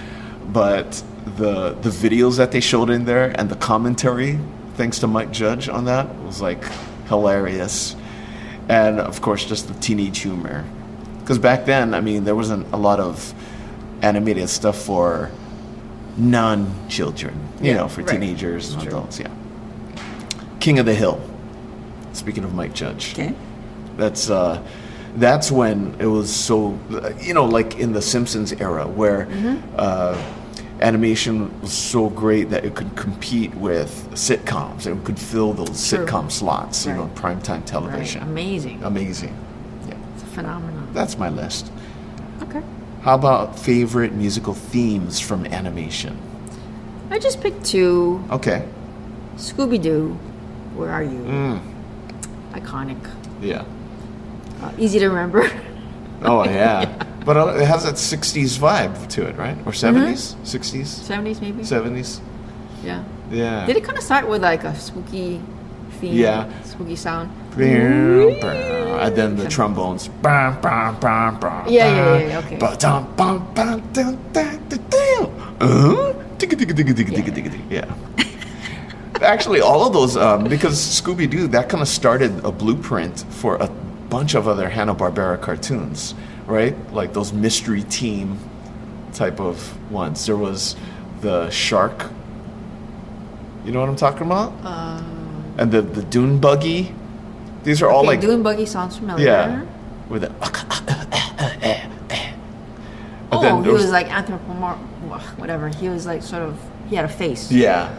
C: but the the videos that they showed in there and the commentary, thanks to Mike Judge on that, was like hilarious, and of course just the teenage humor, because back then I mean there wasn't a lot of animated stuff for non-children, you
D: Yeah,
C: know, for
D: right.
C: teenagers and adults. Yeah, King of the Hill. Speaking of Mike Judge.
D: Okay.
C: That's uh, that's when it was so you know like in the Simpsons era where
D: Mm-hmm.
C: uh, animation was so great that it could compete with sitcoms and could fill those
D: True.
C: sitcom slots you know in
D: Right.
C: primetime
D: Right.
C: television.
D: Amazing.
C: Amazing. Yeah,
D: It's a phenomenon.
C: that's my list.
D: Okay.
C: How about favorite musical themes from animation?
D: I just picked two
C: Okay.
D: Scooby Doo, Where Are You?
C: Mm.
D: Iconic.
C: Yeah.
D: Uh, easy to remember. <laughs>
C: Oh yeah. But uh, it has that '60s vibe to it, right? Or '70s,
D: Mm-hmm.
C: '60s,
D: 70s maybe?
C: '70s.
D: Yeah.
C: Yeah.
D: Did it kind of start with like a spooky theme?
C: Yeah. Oh,
D: Spooky sound?
C: Bow, bow. And then the trombones. Bow, bow, bow, bow,
D: Yeah, yeah, yeah,
C: bow.
D: yeah, okay.
C: Bow, dum, bow, bow, dum, da, da, da. Uh-huh. Digga, digga, digga, digga, digga, digga, digga. Yeah. Actually, all of those, um, because Scooby Doo, that kind of started a blueprint for a bunch of other Hanna-Barbera cartoons, right? Like those mystery team type of ones. There was the shark. You know what I'm talking about?
D: Uh,
C: and the the dune buggy. These are all
D: Okay,
C: like
D: Dune Buggy sounds familiar.
C: yeah, with
D: uh,
C: the. But
D: Oh,
C: then
D: he
C: there
D: was, like anthropomorph, whatever. He was like sort of, he had a face.
C: yeah.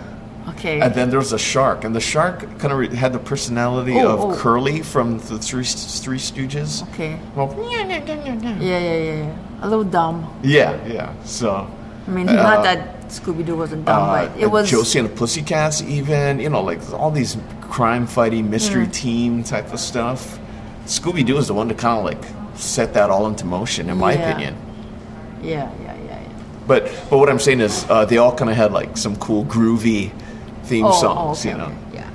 D: Okay.
C: And then there was a shark, and the shark kind of re- had the personality
D: Oh,
C: of
D: oh.
C: Curly from the Three Three Stooges.
D: okay.
C: Well,
D: Yeah, yeah, yeah, yeah. A little dumb.
C: yeah, yeah. So,
D: I mean, not that Scooby Doo wasn't dumb,
C: uh,
D: but it
C: it
D: was.
C: Josie and the Pussycats, even you know, like all these crime-fighting mystery team type of stuff. Scooby Doo is the one to kind of like set that all into motion, in my
D: Yeah.
C: opinion.
D: Yeah, yeah, yeah, yeah.
C: But but what I'm saying is, uh, they all kind of had like some cool groovy theme
D: Oh,
C: songs,
D: oh, okay,
C: you know.
D: okay, Yeah.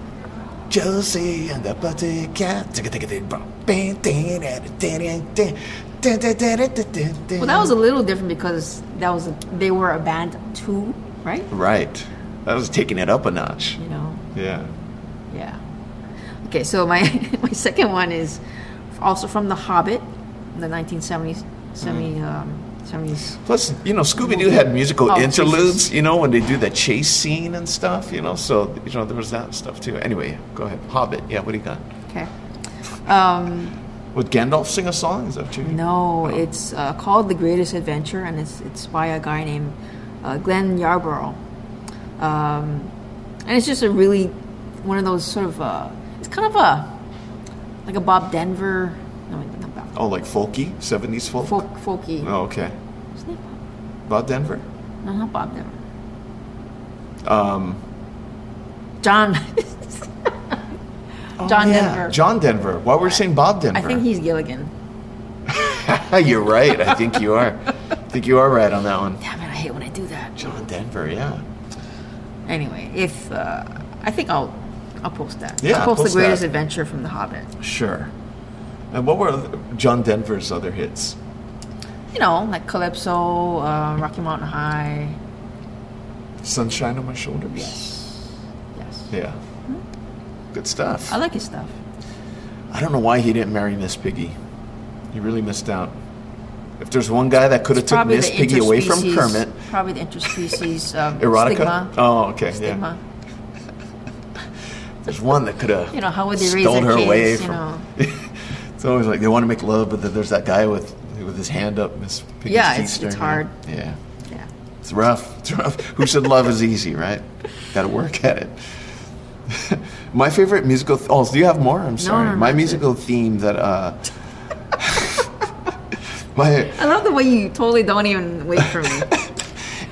C: Josie and the Pussycat. Well,
D: Well, that was a little different because that was a, they were a band too, right?
C: right. That was taking it up a notch.
D: You know.
C: Yeah.
D: Yeah. Okay, so my <laughs> my second one is also from The Hobbit, the 1970s, 70,
C: Mm.
D: um, 70s.
C: Plus, you know, Scooby Doo had musical
D: Oh,
C: interludes.
D: Jesus.
C: You know, when they do the chase scene and stuff. You know, so you know there was that stuff too. Anyway, go ahead. Hobbit. Yeah. What do you got?
D: Okay. Um,
C: Would Gandalf sing a song? Is that what you?
D: no, it's uh, called The Greatest Adventure, and it's it's by a guy named uh, Glenn Yarborough. Um, and it's just a really one of those sort of uh, it's kind of a like a Bob Denver, no, not Bob,
C: Oh, like folky, seventies folk.
D: folk, folky.
C: Oh, okay.
D: Isn't it Bob?
C: About Denver.
D: No, not Bob Denver.
C: Um,
D: John. <laughs> John
C: Oh, yeah,
D: Denver.
C: John Denver. Why were we saying Bob Denver?
D: I think he's Gilligan.
C: <laughs> Oh, You're right. I think you are. I think you are right on that one.
D: Damn it, I hate when I do that.
C: John Denver. Yeah.
D: Anyway, if uh, I think I'll I'll post that.
C: Yeah,
D: I'll post,
C: post
D: the greatest
C: that.
D: adventure from The Hobbit.
C: Sure. And what were John Denver's other hits?
D: You know, like Calypso, uh, Rocky Mountain High.
C: Sunshine on My Shoulders.
D: Yes,
C: Yeah. Good stuff.
D: I like his stuff.
C: I don't know why he didn't marry Miss Piggy. He really missed out. If there's one guy that could have took Miss Piggy away from
D: interspecies-
C: Kermit,
D: Probably the
C: <laughs>
D: interspecies um,
C: erotica.
D: stigma.
C: Oh, okay. Yeah.
D: Stigma.
C: There's one that could have
D: You know, how would they raise
C: stole
D: their
C: her
D: kids?
C: away
D: you
C: from.
D: know.
C: <laughs> It's always like they want to make love, but then there's that guy with with his hand up, Miss Piggy's
D: Yeah,
C: teeth
D: it's-
C: staring
D: it's
C: at
D: hard.
C: him. Yeah,
D: Yeah.
C: it's rough. <laughs> It's rough. Who said love is easy, right? Got to work at it. <laughs> My favorite musical. Th- oh, do you have more? I'm sorry.
D: no,
C: My
D: that's it.
C: musical theme that. uh <laughs> My
D: I love the way you totally don't even wait
C: <laughs>
D: for me.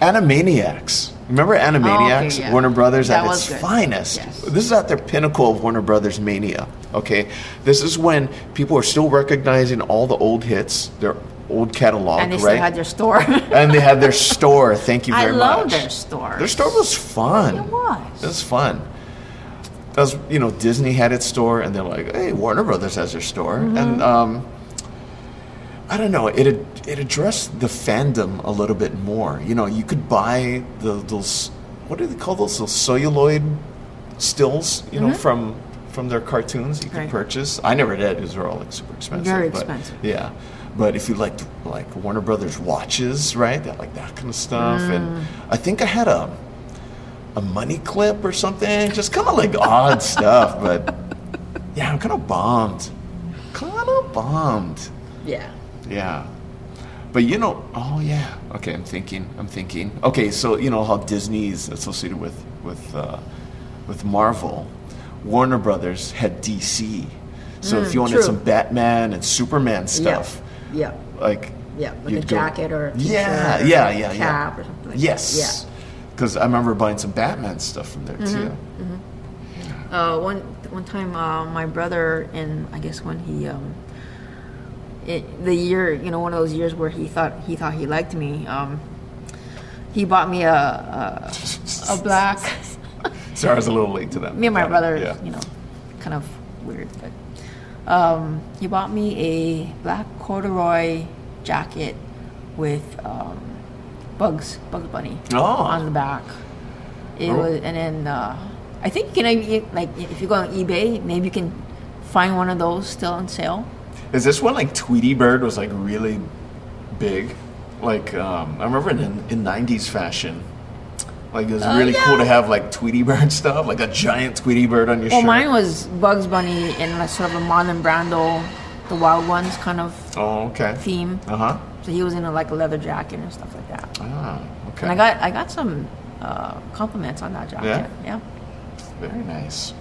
C: Animaniacs. Remember Animaniacs,
D: Oh, yeah.
C: Warner Brothers
D: That
C: at
D: was
C: its
D: good.
C: finest.
D: Yes.
C: This is at their pinnacle of Warner Brothers mania. Okay, this is when people are still recognizing all the old hits, their old catalog,
D: and they
C: right?
D: still had their store.
C: and they had their store. Thank you
D: <laughs> I
C: very
D: love
C: much.
D: their store.
C: Their store was fun.
D: It was.
C: It was fun. That was, you know, Disney had its store, and they're like, hey, Warner Brothers has their store,
D: Mm-hmm.
C: and um, I don't know. It ad- it addressed the fandom a little bit more. You know, you could buy the those what do they call those? Those celluloid stills, you know, from from their cartoons. You could
D: Mm-hmm. Right.
C: purchase. I never did. These were all like super expensive.
D: Very
C: but-
D: expensive.
C: yeah, but if you liked like Warner Brothers watches, right, that like that kind of stuff,
D: Mm.
C: and I think I had a a money clip or something, just kind of like odd <laughs> stuff. But yeah, I'm kind of bummed, kind of bummed.
D: yeah.
C: Yeah. But you know, oh yeah. Okay, I'm thinking. I'm thinking. Okay, so you know how Disney is associated with with uh, with Marvel. Warner Brothers had DC. So if you wanted
D: Hmm, true.
C: some Batman and Superman
D: Yeah.
C: stuff,
D: Yeah.
C: like
D: Yeah. Like a
C: you'd go-
D: jacket or a t-shirt
C: yeah,
D: or
C: yeah,
D: a
C: yeah, yeah.
D: cap or something. like that.
C: Yes. Because I remember buying some Batman stuff from there
D: Mm-hmm.
C: too.
D: Yeah. Uh, one one time, uh, my brother, and I guess when he, um, it, the year, you know, one of those years where he thought he thought he liked me, um, he bought me a a, a black.
C: <laughs> Sorry, I was a little late to that.
D: me and my brother,
C: Yeah.
D: you know, kind of weird, but um, he bought me a black corduroy jacket with um, bugs, Bugs Bunny
C: Oh.
D: on the back. It
C: Oh.
D: was, and then uh, I think you can like if you go on eBay, maybe you can find one of those still on sale.
C: Is this when like Tweety Bird was like really big? Like um, I remember in in '90s fashion, like it was really
D: Oh, yeah.
C: cool to have like Tweety Bird <laughs> stuff, like a giant Tweety Bird on your
D: Well,
C: shirt.
D: mine was Bugs Bunny in a sort of a Marlon Brando, the Wild Ones kind of
C: oh, okay.
D: theme.
C: Uh huh.
D: So he was in a, like a leather jacket and stuff like that.
C: Ah, okay.
D: And I got I got some uh, compliments on that jacket.
C: Yeah?
D: yeah.
C: Very nice.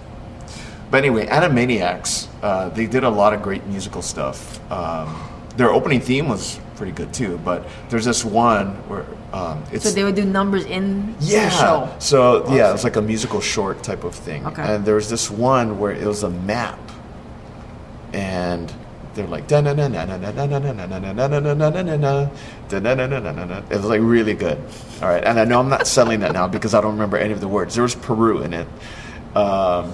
C: But anyway, Animaniacs, uh, they did a lot of great musical stuff. Um, their opening theme was pretty good too, but there's this one where um, it's.
D: So they would do numbers in
C: yeah.
D: the show.
C: So yeah, it's like a musical short type of thing.
D: Okay.
C: And there was this one where it was a map, and they're like da na na na na na na na na na na na na na na na na na da na na na na na na. It was like really good. All right, and I know I'm not selling that now because I don't remember any of the words. There was Peru in it, um,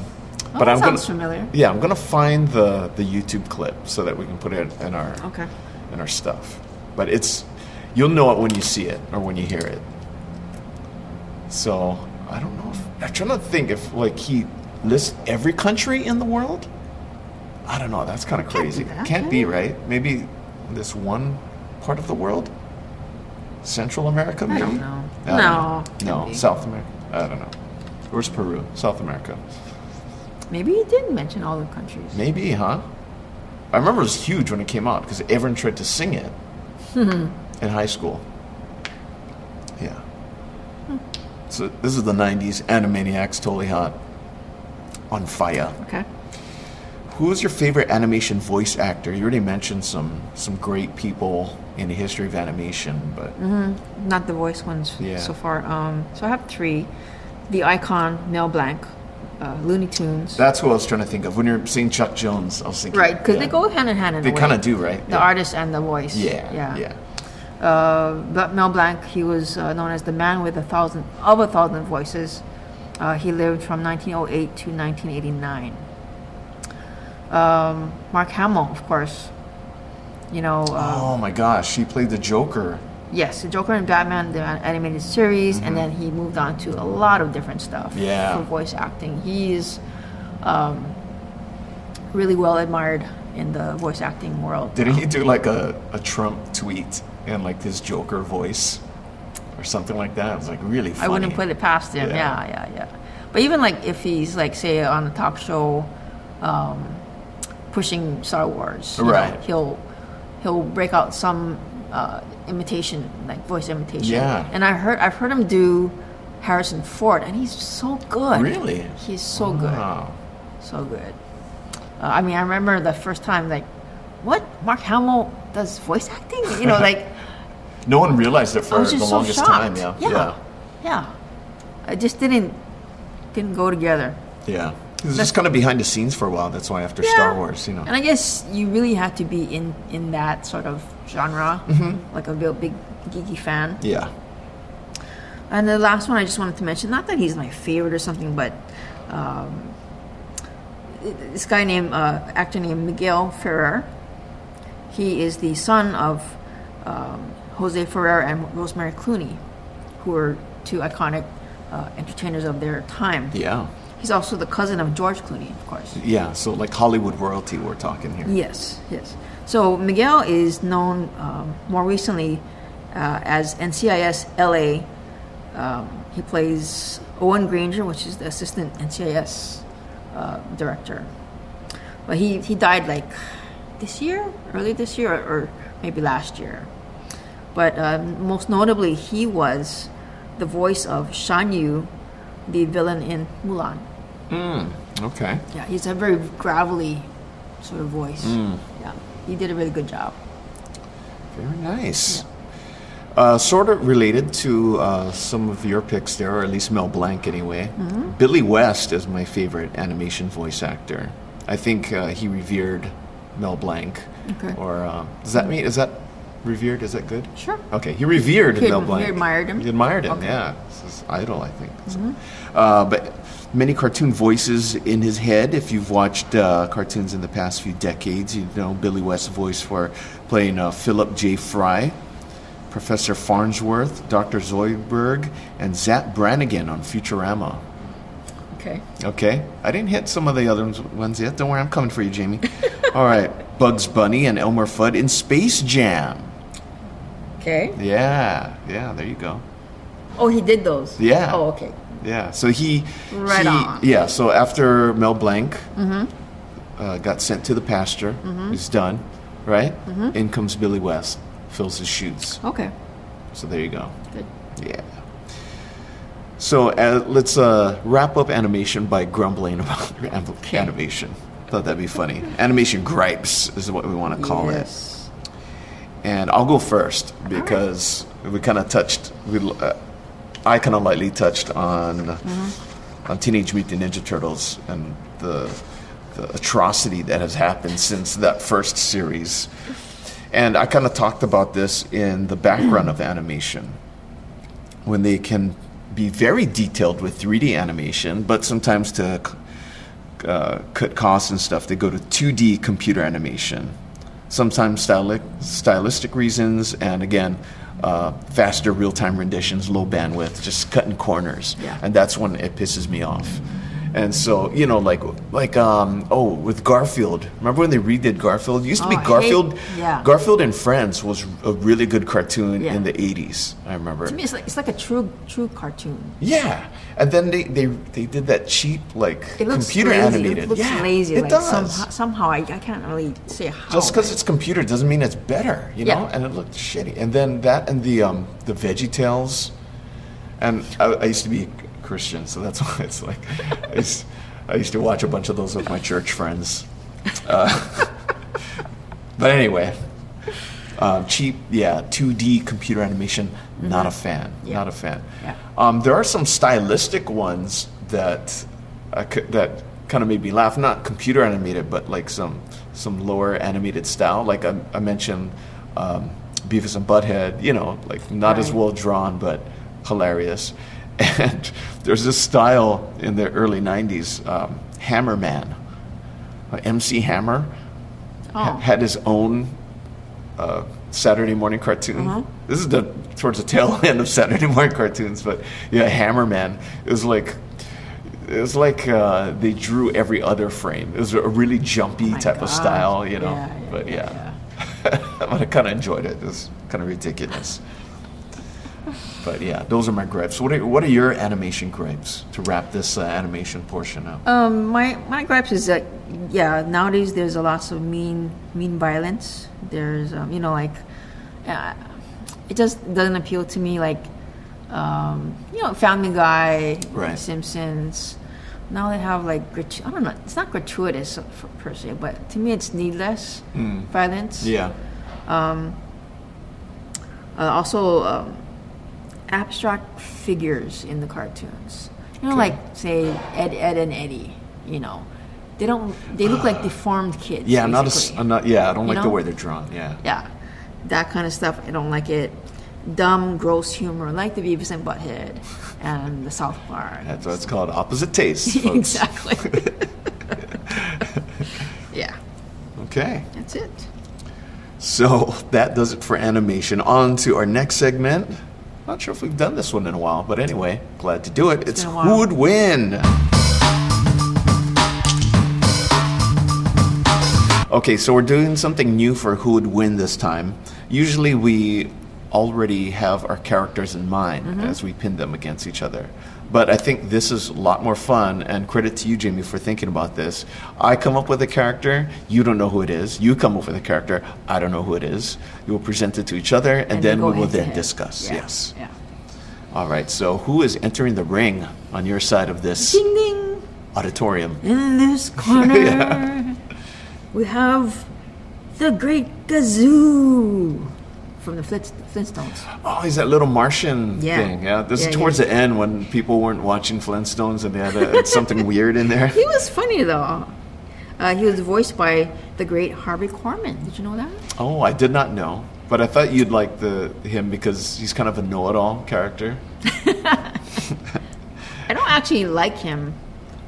D: Oh,
C: but
D: that
C: I'm gonna
D: sounds familiar.
C: yeah, I'm gonna find the the YouTube clip so that we can put it in our
D: Okay.
C: in our stuff. But it's you'll know it when you see it or when you hear it. So I don't know. If, I'm trying to think if like he lists every country in the world. I don't know. That's kind of crazy.
D: that,
C: Can't be right. Maybe this one part of the world, Central America. Maybe?
D: don't know.
C: I don't
D: No,
C: know.
D: can't
C: no,
D: be.
C: South America. I don't know. Where's Peru? South America.
D: Maybe he did mention all the countries.
C: Maybe, huh? I remember it was huge when it came out because everyone tried to sing
D: <laughs>
C: it in high school. Yeah. So this is the '90s. Animaniacs, totally hot, on fire.
D: Okay.
C: Who is your favorite animation voice actor? You already mentioned some some great people in the history of animation, but
D: Mm-hmm. Not the voice ones
C: Yeah.
D: so far. Um, so I have three. The icon, Mel Blanc, uh, Looney Tunes.
C: that's who I was trying to think of when you're saying Chuck Jones. I was thinking,
D: right, because they
C: yeah.
D: go hand in hand in
C: They
D: a way.
C: kind of do, right?
D: The
C: yeah.
D: artist and the voice.
C: Yeah, yeah,
D: Uh, but Mel Blanc, he was uh, known as the man with a thousand of a thousand voices. Uh, he lived from 1908 to 1989. Um, Mark Hamill, of course. You know, uh,
C: Oh my gosh, she played the Joker.
D: Yes, the Joker and Batman, the an- animated series, and then he moved on to a lot of different stuff
C: Mm-hmm. Yeah.
D: for voice acting. He's um, really well admired in the voice acting world.
C: Didn't he do like a, a Trump tweet and like his Joker voice or something like that? It was like really funny.
D: I wouldn't put it past him.
C: Yeah.
D: Yeah. yeah, yeah, But even like if he's like say on a talk show, um, pushing Star Wars, you know,
C: Right.
D: he'll he'll break out some uh, imitation, like voice imitation.
C: Yeah.
D: And I heard I've heard him do Harrison Ford, and he's so good.
C: Really?
D: He's so
C: Wow.
D: good, so good. Uh, I mean, I remember the first time like, what Mark Hamill does voice acting? You know, like.
C: No one realized it for
D: I was
C: the
D: just so
C: longest
D: shocked.
C: time. Yeah.
D: yeah, yeah. I just didn't didn't go together.
C: Yeah. He was just kind of behind the scenes for a while. That's why after Star
D: Yeah.
C: Wars, you know.
D: And I guess you really had to be in in that sort of genre, like a real big geeky fan.
C: Mm-hmm. yeah.
D: And the last one I just wanted to mention, not that he's my favorite or something, but um, this guy named, uh, actor named Miguel Ferrer. He is the son of um, Jose Ferrer and Rosemary Clooney, who are two iconic uh, entertainers of their time.
C: Yeah.
D: He's also the cousin of George Clooney, of course.
C: Yeah. So like Hollywood royalty we're talking here.
D: Yes, yes. So Miguel is known um, more recently uh, as NCIS LA. Um, he plays Owen Granger, which is the assistant NCIS uh, director. But he, he died like this year, early this year, or, or maybe last year. But um, most notably, he was the voice of Shan Yu, the villain in Mulan.
C: Okay.
D: Yeah, he's a very gravelly sort of voice.
C: Mm.
D: Yeah, he did a really good job.
C: Very nice. Uh, sort of related to uh, some of your picks there, or at least Mel Blanc anyway. Billy West is my favorite animation voice actor. I think uh, he revered Mel Blanc.
D: Okay.
C: Or uh, does that mean is that revered? Is that good?
D: Sure.
C: Okay, he revered
D: He-
C: Mel
D: he
C: Blanc.
D: admired him?
C: He admired him. Yeah, it's his idol, I think. Uh, but many cartoon voices in his head. If you've watched uh, cartoons in the past few decades, you know Billy West's voice for playing uh, Philip J. Fry, Professor Farnsworth, Doctor Zoidberg, and Zap Brannigan on Futurama.
D: Okay.
C: Okay, I didn't hit some of the other ones- ones yet. Don't worry, I'm coming for you, Jamie. All right. Bugs Bunny and Elmer Fudd in Space Jam.
D: Okay.
C: Yeah, yeah, there you go.
D: Oh, he did those.
C: Yeah.
D: Oh, okay.
C: Yeah, so he.
D: Right
C: he-
D: on. Mm-hmm.
C: Yeah, so after Mel Blanc uh, got sent to the pasture, he's done, right?
D: Mm-hmm.
C: In comes Billy West, fills his shoes.
D: Okay.
C: So there you go.
D: Good.
C: Yeah. So uh, let's uh, wrap up animation by grumbling <laughs> about an- animation. Thought that'd be funny. animation gripes is what we want to call it.
D: yes.
C: And I'll go first because we kind of touched. We, l- uh, I kind of lightly touched on on Teenage Mutant Ninja Turtles and the the atrocity that has happened since that first series. And I kind of talked about this in the background of animation when they can be very detailed with 3D animation, but sometimes to uh, cut costs and stuff, they go to 2D computer animation. Sometimes styli- stylistic reasons, and again, uh, faster real time renditions, low bandwidth, just cutting corners.
D: Yeah.
C: And that's when it pisses me off. And so, you know, like, like, um, oh, with Garfield. Remember when they redid Garfield? It used to be
D: Oh, I hate-
C: Garfield.
D: yeah.
C: Garfield and Friends was a really good cartoon
D: Yeah.
C: in the 80s. I remember.
D: To me, it's like, it's like a true true cartoon.
C: Yeah, and then they they, they did that cheap like
D: It looks
C: computer
D: lazy.
C: animated.
D: It looks
C: yeah,
D: lazy.
C: It
D: like
C: does.
D: Somehow, somehow I, I can't really say how.
C: Just because it's computer doesn't mean it's better, you know.
D: Yeah.
C: And it looked shitty. And then that and the um the Veggie Tales, and I, I used to be a Christian, so that's <laughs> why it's like I used, I used to watch a bunch of those with my church friends. Uh, but anyway, uh, cheap, yeah, 2D computer animation. Not a fan.
D: Mm-hmm. Yeah.
C: Not a fan.
D: Yeah.
C: Um, there are some stylistic ones that I cou- that kind of made me laugh. Not computer animated, but like some some lower animated style. Like I, I mentioned, um, Beavis and Butthead. You know, like not as
D: Right.
C: well drawn, but hilarious. <laughs> And there's this style in the early '90s, um, Hammerman, uh, MC Hammer ha-
D: Oh.
C: had his own uh, Saturday morning cartoon.
D: Uh-huh.
C: This is the towards the tail <laughs> end of Saturday morning cartoons, but yeah, Hammerman. It was like it was like uh, they drew every other frame. It was a really jumpy
D: Oh my
C: type
D: God.
C: of style, you know.
D: Yeah, yeah,
C: but
D: yeah,
C: yeah, <laughs> but I kind of enjoyed it. It was kind of ridiculous. But yeah, those are my gripes. What are, what are your animation gripes to wrap this uh, animation portion up?
D: Um, my my gripes is that yeah, nowadays there's a lots of mean mean violence. There's um, you know like uh, it just doesn't appeal to me. Like um, you know, Family Guy,
C: Right.
D: Simpsons. Now they have like gratu- I don't know. It's not gratuitous uh, for, per se, but to me it's needless violence.
C: Hmm. yeah,
D: Uh, also, um, abstract figures in the cartoons. You know, like say Ed, Ed and Eddie. You know, they don't. They look like deformed kids.
C: yeah. I'm not. A, s-
D: basically.
C: I'm not. Yeah, I don't
D: You
C: like the
D: know?
C: way they're drawn. Yeah.
D: Yeah, that kind of stuff. I don't like it. Dumb, gross humor, like the Beavis and Butthead and the South Park. <laughs>
C: That's why it's called opposite tastes, folks. <laughs>
D: exactly. yeah,
C: Okay.
D: that's it.
C: So that does it for animation. On to our next segment. Not sure if we've done this one in a while, but anyway, glad to do it. It's
D: been a while.
C: Who Would Win? Okay, so we're doing something new for Who Would Win this time. Usually we already have our characters in mind
D: Mm-hmm.
C: as we pin them against each other. But I think this is a lot more fun, and credit to you, Jamie, for thinking about this. I come up with a character, you don't know who it is. You come up with a character, I don't know who it is. You will present it to each other, and,
D: we
C: then
D: go
C: we will
D: head to
C: then
D: head.
C: discuss.
D: Yeah,
C: Yes.
D: Yeah.
C: All right, so who is entering the ring on your side of this
D: Ding ding.
C: auditorium?
D: In this corner, we have the Great Gazoo from the Flint- Flintstones.
C: Oh, he's that little Martian
D: Yeah.
C: thing. Yeah, this
D: Yeah,
C: is towards
D: yeah.
C: the end when people weren't watching Flintstones and they had
D: <laughs>
C: a, something weird in there.
D: He was funny though. Uh, he was voiced by the great Harvey Korman. Did you know that?
C: Oh, I did not know, but I thought you'd like the him because he's kind of a know-it-all character.
D: I don't actually like him,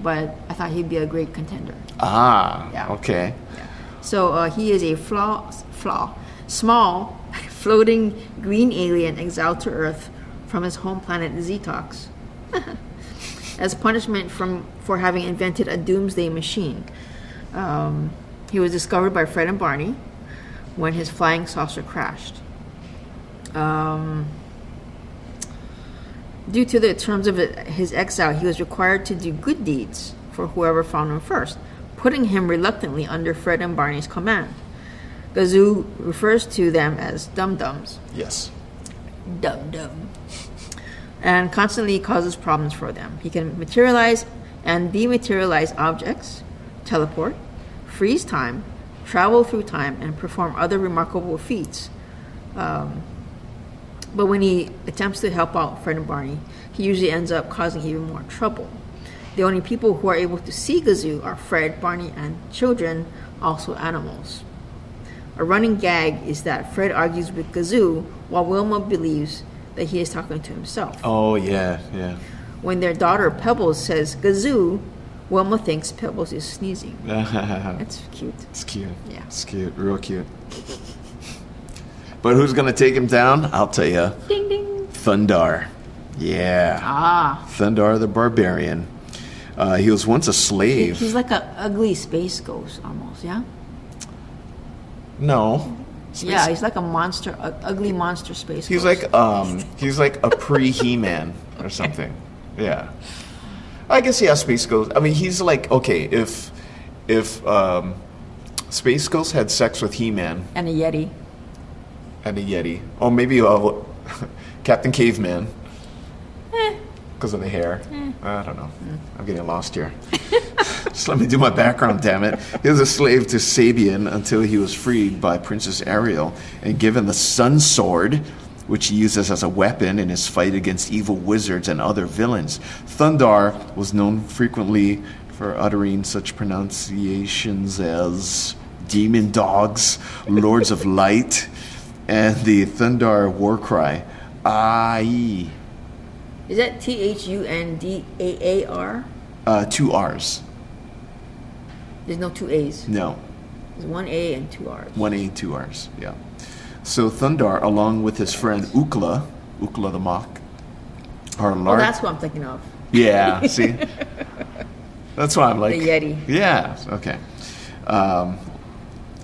D: but I thought he'd be a great contender.
C: Ah,
D: Yeah.
C: okay.
D: So uh, he is a flaw, flaw, small, <laughs> floating green alien exiled to Earth from his home planet Zetox, <laughs> as punishment from for having invented a doomsday machine. Um, He was discovered by Fred and Barney when his flying saucer crashed. Um, due to the terms of his exile, he was required to do good deeds for whoever found him first, putting him reluctantly under Fred and Barney's command. The zoo refers to them as dum dums,
C: Yes.
D: dum dum, and constantly causes problems for them. He can materialize and dematerialize objects, teleport, freeze time, travel through time, and perform other remarkable feats. Um, But when he attempts to help out Fred and Barney, he usually ends up causing even more trouble. The only people who are able to see Gazoo are Fred, Barney, and children, also animals. A running gag is that Fred argues with Gazoo while Wilma believes that he is talking to himself.
C: Oh yeah, yeah. <laughs>
D: When their daughter Pebbles says Gazoo, Wilma thinks Pebbles is sneezing. That's cute.
C: It's cute.
D: Yeah.
C: It's cute. Real cute. but who's gonna take him down? I'll tell you.
D: Ding ding.
C: Thundar. Yeah.
D: Ah.
C: Thundar the barbarian. Uh, he was once a slave.
D: <laughs> He's like a ugly space ghost almost, yeah?
C: no.
D: Yeah, he's like a monster, a ugly monster space.
C: He's
D: ghost.
C: like um he's like a pre He Man or something. Yeah. I guess yeah, Space Ghost I mean he's like okay, if if um Space Ghost had sex with He Man
D: and a yeti.
C: and a Yeti. Or maybe uh, <laughs> Captain Caveman. Because of the hair. I don't know. I'm getting lost here. Just let me do my background, damn it. He was a slave to Sabian until he was freed by Princess Ariel and given the Sun Sword, which he uses as a weapon in his fight against evil wizards and other villains. Thundar was known frequently for uttering such pronunciations as demon dogs, lords of light, and the Thundar war cry, Ai,
D: Is that T H U N D A A R?
C: uh, two R's.
D: There's no two A's.
C: No,
D: There's one A and two R's.
C: One A, two R's. Yeah. So Thundar, along with his friend Ukla, Ukla the Mock, are
D: Oh,
C: large.
D: that's what I'm thinking of.
C: yeah. See, that's why I'm like
D: The Yeti.
C: Yeah. Okay. Um,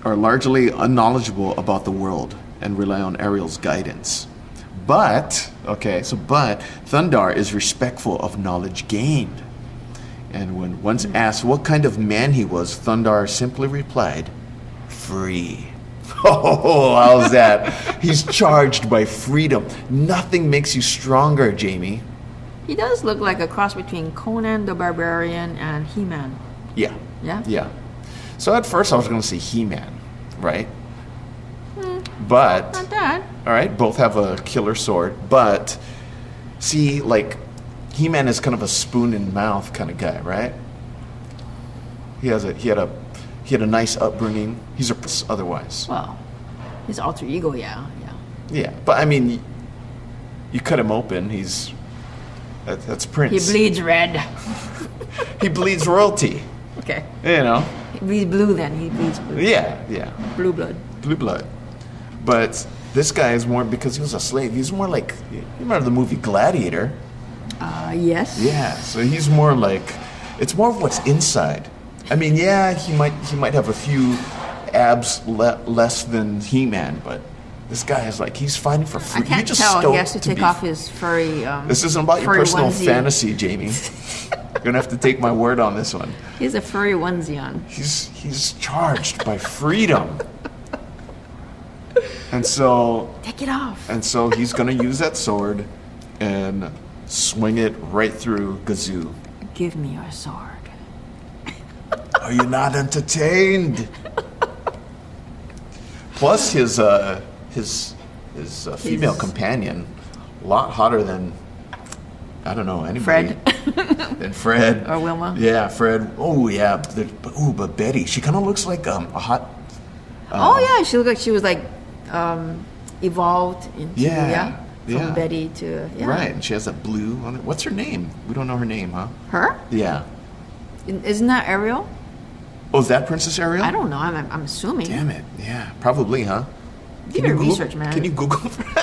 C: are largely unknowledgeable about the world and rely on Ariel's guidance. But okay, so but Thundar is respectful of knowledge gained. And when once
D: Hmm.
C: asked what kind of man he was, Thundar simply replied, free. <laughs> Oh, how's that? He's charged by freedom. Nothing makes you stronger, Jamie.
D: He does look like a cross between Conan the Barbarian and He Man.
C: Yeah.
D: Yeah?
C: Yeah. So at first I was going to say He Man, right? But.
D: Hmm. Not that.
C: All right, both have a killer sword, but see, like, He Man is kind of a spoon in mouth kind of guy, right? He has a he had a he had a nice upbringing. He's a prince otherwise,
D: Well, his alter ego, yeah, yeah.
C: yeah. But I mean, y- you cut him open, he's that, that's
D: He
C: Prince.
D: bleeds red. <laughs>
C: He bleeds royalty,
D: Okay.
C: you know.
D: He bleeds blue then. He bleeds blue.
C: Yeah, yeah.
D: Blue blood.
C: Blue Blood. But this guy is more because he was a slave. He's more like you remember the movie Gladiator.
D: Uh, yes.
C: Yeah, so he's more like it's more of what's inside. I mean, yeah, he might he might have a few abs le- less than He-Man, but this guy is like he's fighting for
D: I
C: free.
D: can't
C: You're just
D: tell. He
C: stoked
D: has to, take
C: be-
D: off his furry. Um,
C: This isn't about your
D: furry
C: personal
D: onesie.
C: fantasy, Jamie.
D: <laughs>
C: You're gonna have to take my word on this one.
D: He has a furry onesie on.
C: He's he's charged by freedom. And so
D: Take it off.
C: and so he's gonna use that sword and swing it right through Gazoo.
D: Give me your sword.
C: Are you not entertained? Plus, his uh, his his uh, female
D: His-
C: companion, a lot hotter than I don't know anybody.
D: Fred.
C: <laughs> than Fred
D: Or Wilma.
C: Yeah, Fred. Oh yeah. The- but- Ooh, but Betty, she kind of looks like um, a hot.
D: Oh yeah, she looked like she was like um, evolved into
C: Yeah,
D: yeah,
C: yeah.
D: from Betty to yeah.
C: Right, and she has that blue. On it. What's her name? We don't know her name, huh?
D: Her
C: Yeah.
D: isn't that Ariel?
C: Oh, is that Princess Ariel?
D: I don't know. I'm, I'm assuming.
C: Damn it. Yeah, probably, huh?
D: Do your research, man.
C: Can you Google? <laughs>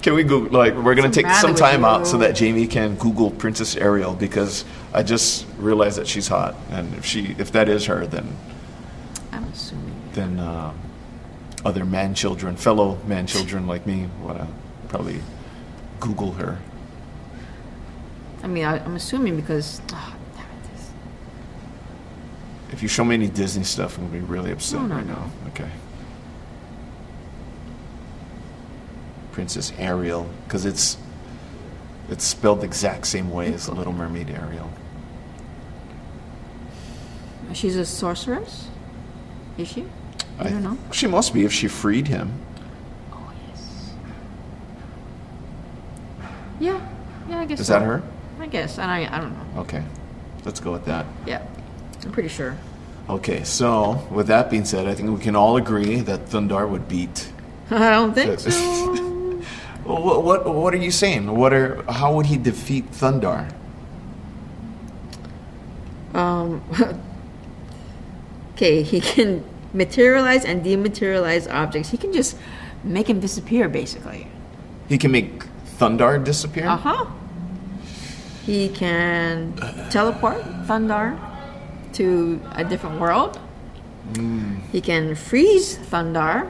C: Can we Google? Like, we're gonna
D: What's the
C: take some
D: matter with
C: time out
D: you?
C: so that Jamie can Google Princess Ariel because I just realized that she's hot, and if she, if that is her, then
D: I'm assuming.
C: then uh, other man children, fellow man children like me, wanna probably Google her.
D: I mean, I, I'm assuming because. ah, damn it, this-
C: If you show me any Disney stuff, I'm gonna be really upset
D: No, no,
C: right
D: no.
C: now. Okay. Princess Ariel, because it's it's spelled the exact same way as the Little Mermaid Ariel.
D: She's a sorceress? Is she? I,
C: I-
D: don't know.
C: She must be if she freed him.
D: Oh, yes. Yeah. Yeah, I guess
C: Is
D: so.
C: that her?
D: I guess. And I, I don't know.
C: Okay, let's go with that.
D: Yeah. I'm pretty sure. <laughs>
C: Okay, so with that being said, I think we can all agree that Thundar would beat.
D: I don't think
C: So- <laughs>
D: so.
C: What, what What are you saying? What are How would he defeat Thundar?
D: Okay, he can materialize and dematerialize objects. He can just make him disappear, basically.
C: He can make Thundar disappear.
D: Uh huh. He can teleport Thundar to a different world.
C: Hmm.
D: He can freeze Thundar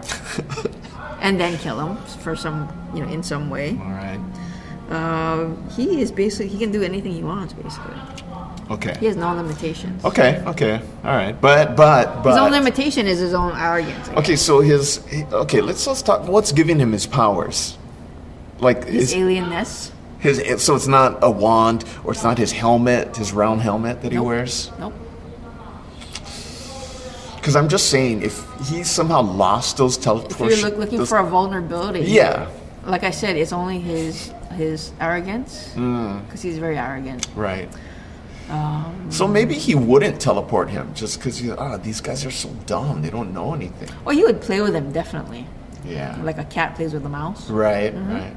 D: and then kill him for some, you know, in some way.
C: All right.
D: Um, he is basically he can do anything he wants. Basically,
C: Okay.
D: he has no limitations.
C: Okay. Okay. All right. But but but.
D: His own limitation is his own arrogance. I guess.
C: okay. So his. he- Okay. Let's let's talk. What's giving him his powers? Like
D: His
C: is
D: alienness.
C: his so it's not a wand or it's not his helmet, his round helmet that he
D: Nope.
C: wears.
D: Nope.
C: Because I'm just saying, if he somehow lost those
D: If
C: teleportation,
D: you're look, looking for a vulnerability,
C: yeah,
D: Like I said, it's only his his arrogance
C: Mm.
D: because he's very arrogant.
C: right.
D: Um.
C: so maybe he wouldn't teleport him just because you ah these guys are so dumb they don't know anything.
D: Well, you would play with him definitely,
C: Yeah,
D: like a cat plays with a mouse.
C: right,
D: Mm-hmm.
C: right.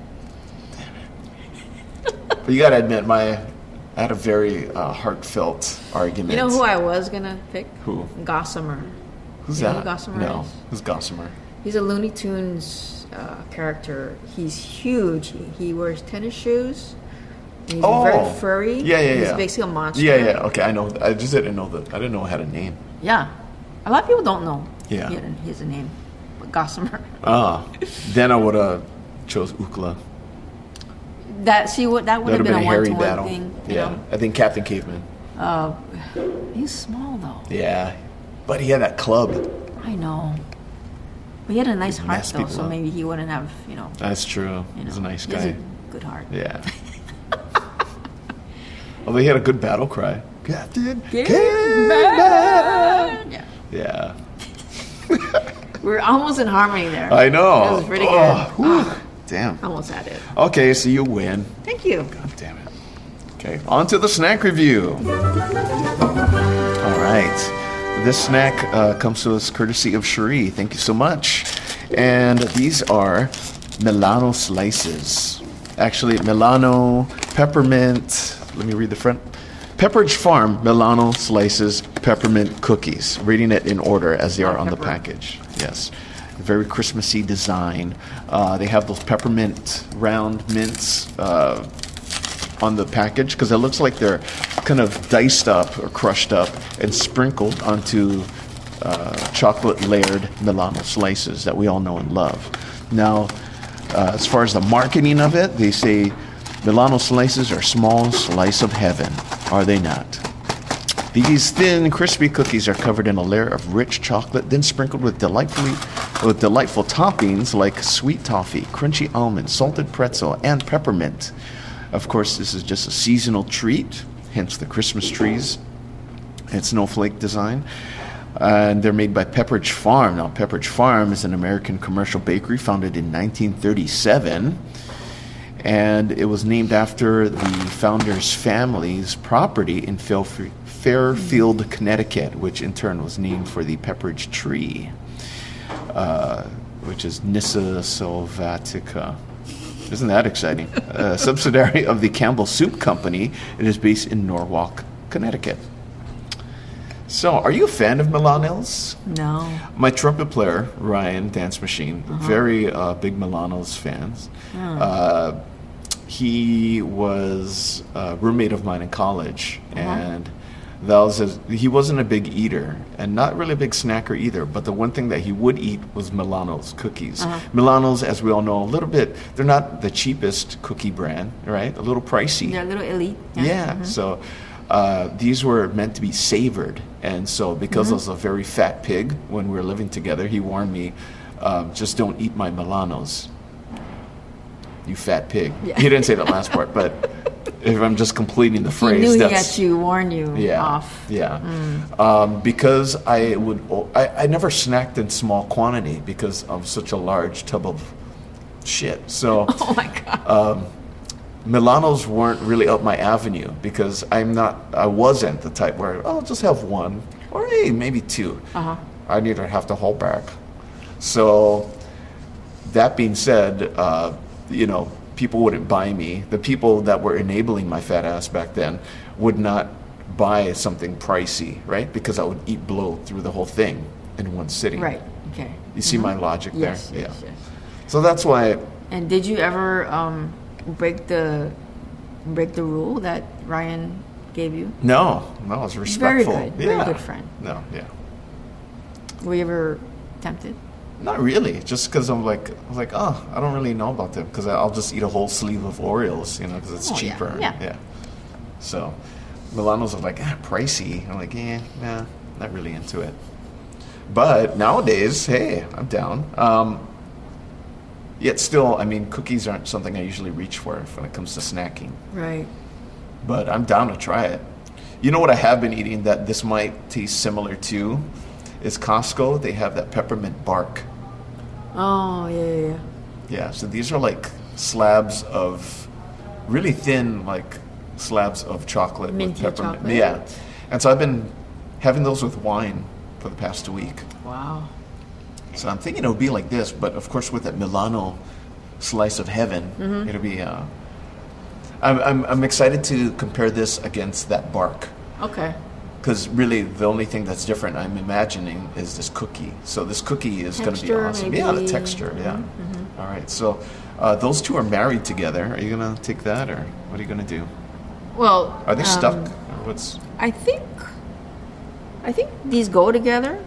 C: Damn it. but you gotta admit, my I had a very uh, heartfelt argument.
D: You know who I was gonna pick?
C: Who?
D: Gossamer.
C: Who's
D: you know
C: that?
D: who Gossamer
C: no,
D: is?
C: who's Gossamer?
D: He's a Looney Tunes uh, character. He's huge. He, he wears tennis shoes. and He's very furry.
C: Oh. Yeah, yeah, yeah.
D: He's basically a monster.
C: Yeah, yeah. Okay, I know. I just didn't know that. I didn't know it had a name.
D: Yeah. A lot of people don't know.
C: Yeah.
D: He, he has a name, but Gossamer. <laughs>
C: Ah, then I would have chose Ukla.
D: That see what that would
C: That would
D: have been,
C: have been a
D: a one
C: hairy
D: to
C: battle.
D: one thing. you
C: yeah,
D: know?
C: I think Captain Caveman.
D: Uh, he's small though.
C: Yeah, but he had that club.
D: I know. But he had a nice heart
C: messed
D: though,
C: people
D: so
C: up.
D: maybe he wouldn't have, you know.
C: That's true.
D: You know
C: He's a nice
D: he has
C: guy.
D: good heart.
C: Yeah. <laughs> Although he had a good battle cry. Captain Caveman.
D: <laughs> Yeah.
C: Yeah,
D: We're almost in harmony there.
C: I know.
D: That was pretty
C: Oh,
D: good.
C: whew.
D: Ah,
C: Damn.
D: almost had it.
C: Okay, so you win.
D: Thank you.
C: God damn it. Okay, on to the snack review. All right. This snack uh, comes to us courtesy of Cherie. Thank you so much. And these are Milano slices. Actually, Milano peppermint. Let me read the front. Pepperidge Farm Milano slices peppermint cookies. Reading it in order as they are on the
D: Pepper.
C: package. Yes. Very Christmassy design. Uh, they have those peppermint round mints uh, on the package because it looks like they're kind of diced up or crushed up and sprinkled onto uh, chocolate layered Milano slices that we all know and love. Now, uh, as far as the marketing of it, they say Milano slices are small slice of heaven. Are they not? These thin, crispy cookies are covered in a layer of rich chocolate, then sprinkled with delightfully with delightful toppings like sweet toffee, crunchy almond, salted pretzel, and peppermint. Of course, this is just a seasonal treat, hence the Christmas trees and snowflake design. And they're made by Pepperidge Farm. Now, Pepperidge Farm is an American commercial bakery founded in 1937 and it was named after the founder's family's property in Fairf- Fairfield, Connecticut, which in turn was named for the Pepperidge tree, uh, which is Nissa sylvatica. Isn't that exciting? A subsidiary of the Campbell Soup Company, it is based in Norwalk, Connecticut. So, are you a fan of Milan Millanils?
D: No.
C: My trumpet player, Ryan Dance Machine, very uh, big Milanos fans. Uh, he was a roommate of mine in college, and that was his, he wasn't a big eater and not really a big snacker either. But the one thing that he would eat was Milanos cookies. Milanos, as we all know, a little bit they're not the cheapest cookie brand, right? A little pricey.
D: They're a little elite.
C: Yeah.
D: mm-hmm.
C: So uh, these were meant to be savored, and so because
D: Mm-hmm.
C: I was a very fat pig when we were living together, he warned me, um, "Just don't eat my Milanos, you fat pig." He didn't say that last part, but
D: <laughs>
C: if I'm just completing the
D: He
C: phrase,
D: knew he
C: that's
D: had you, warned you
C: yeah,
D: off. <laughs> Mm.
C: Yeah. Um, because I would, o- I, I never snacked in small quantity because of such a large tub of shit. So.
D: <laughs> Oh my god.
C: Milanos weren't really up my avenue because I'm not, I wasn't the type where oh, I'll just have one or hey, maybe 2 Uh-huh. I need to have to hold back. So, that being said, uh, you know, people wouldn't buy me. The people that were enabling my fat ass back then would not buy something pricey, right? Because I would eat blow through the whole thing in one sitting.
D: Right. Okay.
C: You see my logic
D: Yes.
C: there?
D: yes,
C: yeah.
D: yes.
C: So that's why
D: And did you ever um, break the break the rule that Ryan gave you?
C: no, no, I was
D: Very
C: respectful.
D: good. Very
C: Yeah.
D: good friend.
C: No, yeah.
D: Were you ever tempted?
C: Not really, just because I'm like, I was like, oh, I don't really know about them because I'll just eat a whole sleeve of Oreos, you know, because it's
D: Oh, yeah,
C: cheaper.
D: yeah.
C: So, Milanos are like, ah, pricey. I'm like, yeah, nah, not really into it. But nowadays, hey, I'm down. Um, yet still, I mean, cookies aren't something I usually reach for when it comes to snacking,
D: Right.
C: but I'm down to try it. You know what I have been eating that this might taste similar to? Is Costco. They have that peppermint bark.
D: Oh yeah, yeah, yeah.
C: Yeah, so these are like slabs of really thin, like slabs of chocolate
D: Minty
C: with peppermint.
D: chocolate.
C: Yeah, and so I've been having those with wine for the past week.
D: Wow.
C: So I'm thinking it'll be like this, but of course with that Milano slice of heaven,
D: Mm-hmm.
C: it'll be. Uh, I'm, I'm I'm excited to compare this against that bark.
D: Okay.
C: Because really, the only thing that's different I'm imagining is this cookie. So this cookie is going to be
D: Texture,
C: awesome. Yeah, the
D: maybe. Mm-hmm.
C: texture. Yeah. All right. So uh, those two are married together. Are you going to take that, or what are you going to do?
D: Well,
C: Are they
D: um,
C: stuck? Or what's?
D: I think. I think these go together.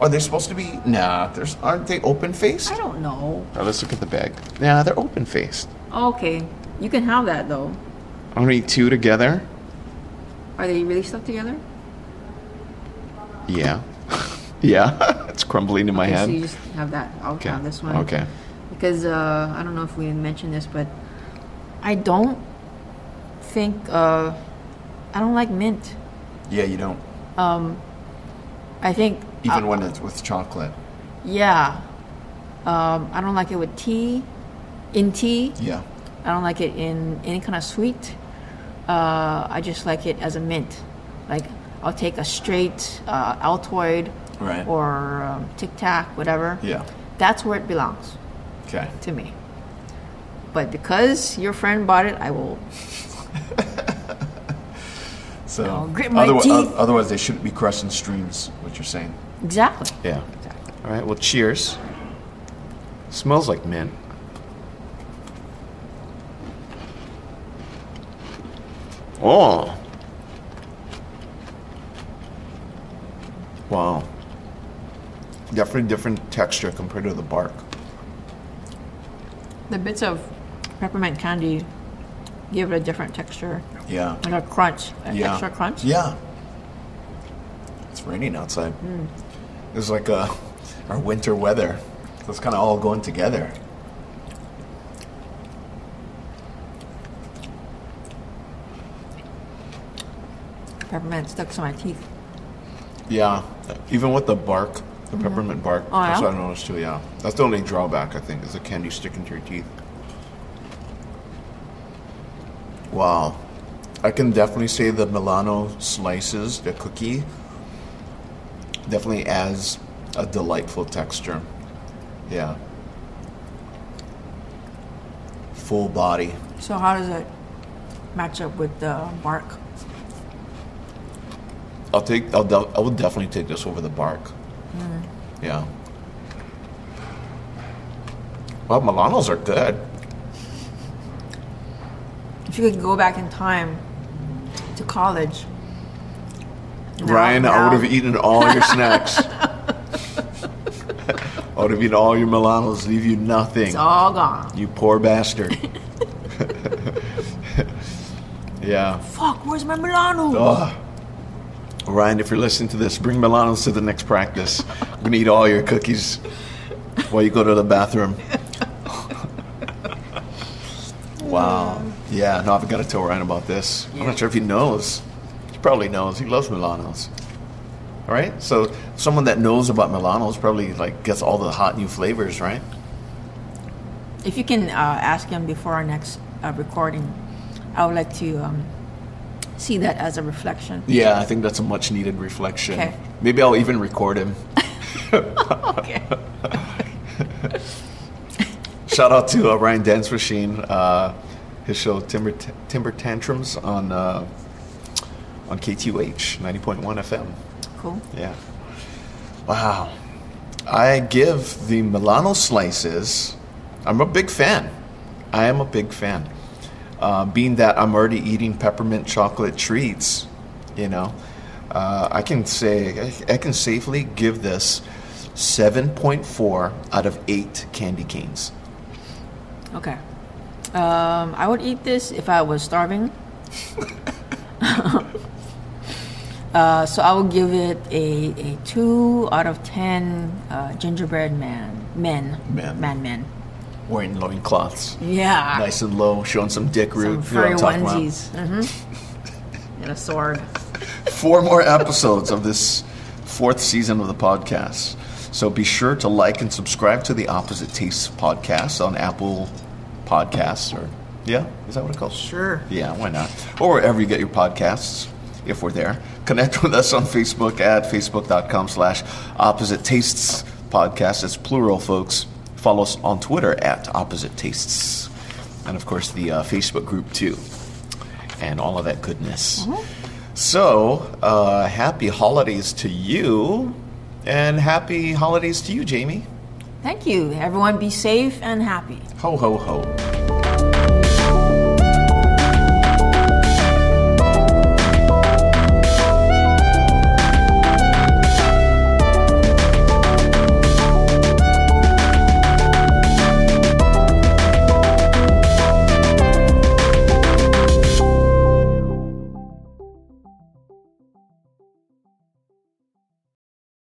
C: Are they supposed to be? Nah. There's aren't they open faced?
D: I don't know.
C: let's look at the bag. Nah, they're open faced.
D: Okay, you can have that though.
C: I'm going to eat two together.
D: Are they really stuck together?
C: Yeah. <laughs> yeah. <laughs> it's crumbling in my
D: Okay, so
C: hand.
D: you just have that. I'll have this one.
C: Okay.
D: Because uh, I don't know if we mentioned this, but I don't think uh, I don't like mint.
C: Yeah, you don't
D: I think uh,
C: even when it's with chocolate.
D: yeah. Um, I don't like it with tea, in tea.
C: Yeah.
D: I don't like it in any kind of sweet. Uh, I just like it as a mint. Like I'll take a straight uh, Altoid
C: Right.
D: or um, Tic Tac, whatever.
C: Yeah.
D: That's where it belongs
C: Okay.
D: to me. But because your friend bought it, I will.
C: So
D: I'll Oh, grit my
C: otherwi-
D: teeth.
C: o- otherwise, they shouldn't be crossing streams. What you're saying?
D: Exactly.
C: Yeah.
D: Exactly.
C: All right. Well, cheers. Smells like mint. Oh. Wow. Definitely different texture compared to the bark.
D: The bits of peppermint candy give it a different texture,
C: Yeah.
D: like a crunch, an
C: Yeah.
D: e- extra crunch.
C: Yeah. It's raining outside.
D: Hmm.
C: It's like uh our winter weather. So it's kind of all going together.
D: Peppermint stuck to my teeth.
C: Yeah, even with the bark, the peppermint bark.
D: Oh,
C: That's
D: yeah?
C: what I noticed too. Yeah, that's the only drawback I think is the candy sticking to your teeth. Wow, I can definitely say the Milano slices, the cookie, definitely adds a delightful texture. Yeah, full body.
D: So how does it match up with the bark?
C: I'll take. I'll. De- I would definitely take this over the bark.
D: Mm.
C: Yeah. Well, Milanos are good.
D: If you could go back in time to college. Now-
C: Ryan, I
D: now-
C: would have eaten all
D: <laughs>
C: your snacks. I would have eaten all your Milanos, leave you nothing.
D: It's all gone.
C: You poor
D: <laughs>
C: bastard. <laughs> yeah.
D: Fuck, where's my Milano?
C: Ugh. Ryan, if you're listening to this, bring Milanos to the next practice. I'm gonna eat all your cookies while you go to the bathroom. wow. Yeah, no, I've got to tell Ryan about this. I'm not sure if he knows. He probably knows. He loves Milanos. All right. So someone that knows about Milanos probably like gets all the hot new flavors, right?
D: If you can uh, ask him before our next uh, recording, I would like to um, see that as a reflection.
C: Yeah, I think that's a much needed reflection.
D: Okay.
C: Maybe I'll even record him.
D: Okay.
C: Shout out to uh, Ryan Dance Machine, uh, his show Timber T- Timber Tantrums on uh, on KTUH ninety point one FM.
D: cool.
C: Yeah. Wow. I give the Milano slices. I'm a big fan. I am a big fan. Uh, being that I'm already eating peppermint chocolate treats, you know, uh, I can say I, I can safely give this 7.4 out of 8 candy canes.
D: Okay. Um, I would eat this if I
C: <laughs>
D: was starving. uh, so I would give it a, a two out of ten uh, gingerbread man men
C: Men.
D: man men.
C: Wearing loincloths.
D: Yeah.
C: Nice and low, showing some dick
D: Some
C: root. you know what
D: furry
C: I'm talking about.
D: onesies.
C: <laughs>
D: Mm-hmm. and a sword.
C: four more episodes of this fourth season of the podcast. So be sure to like and subscribe to the Opposite Tastes podcast on Apple Podcasts or yeah, is that what it's called?
D: Sure.
C: Yeah, why not? Or wherever you get your podcasts, if we're there. Connect with us on Facebook at facebook.com slash opposite tastes podcast. It's plural, folks. Follow us on Twitter at opposite tastes. And of course, the uh, Facebook group, too. And all of that goodness. So, uh, happy holidays to you. And happy holidays to you, Jamie.
D: Thank you. Everyone be safe and happy.
C: Ho, ho, ho.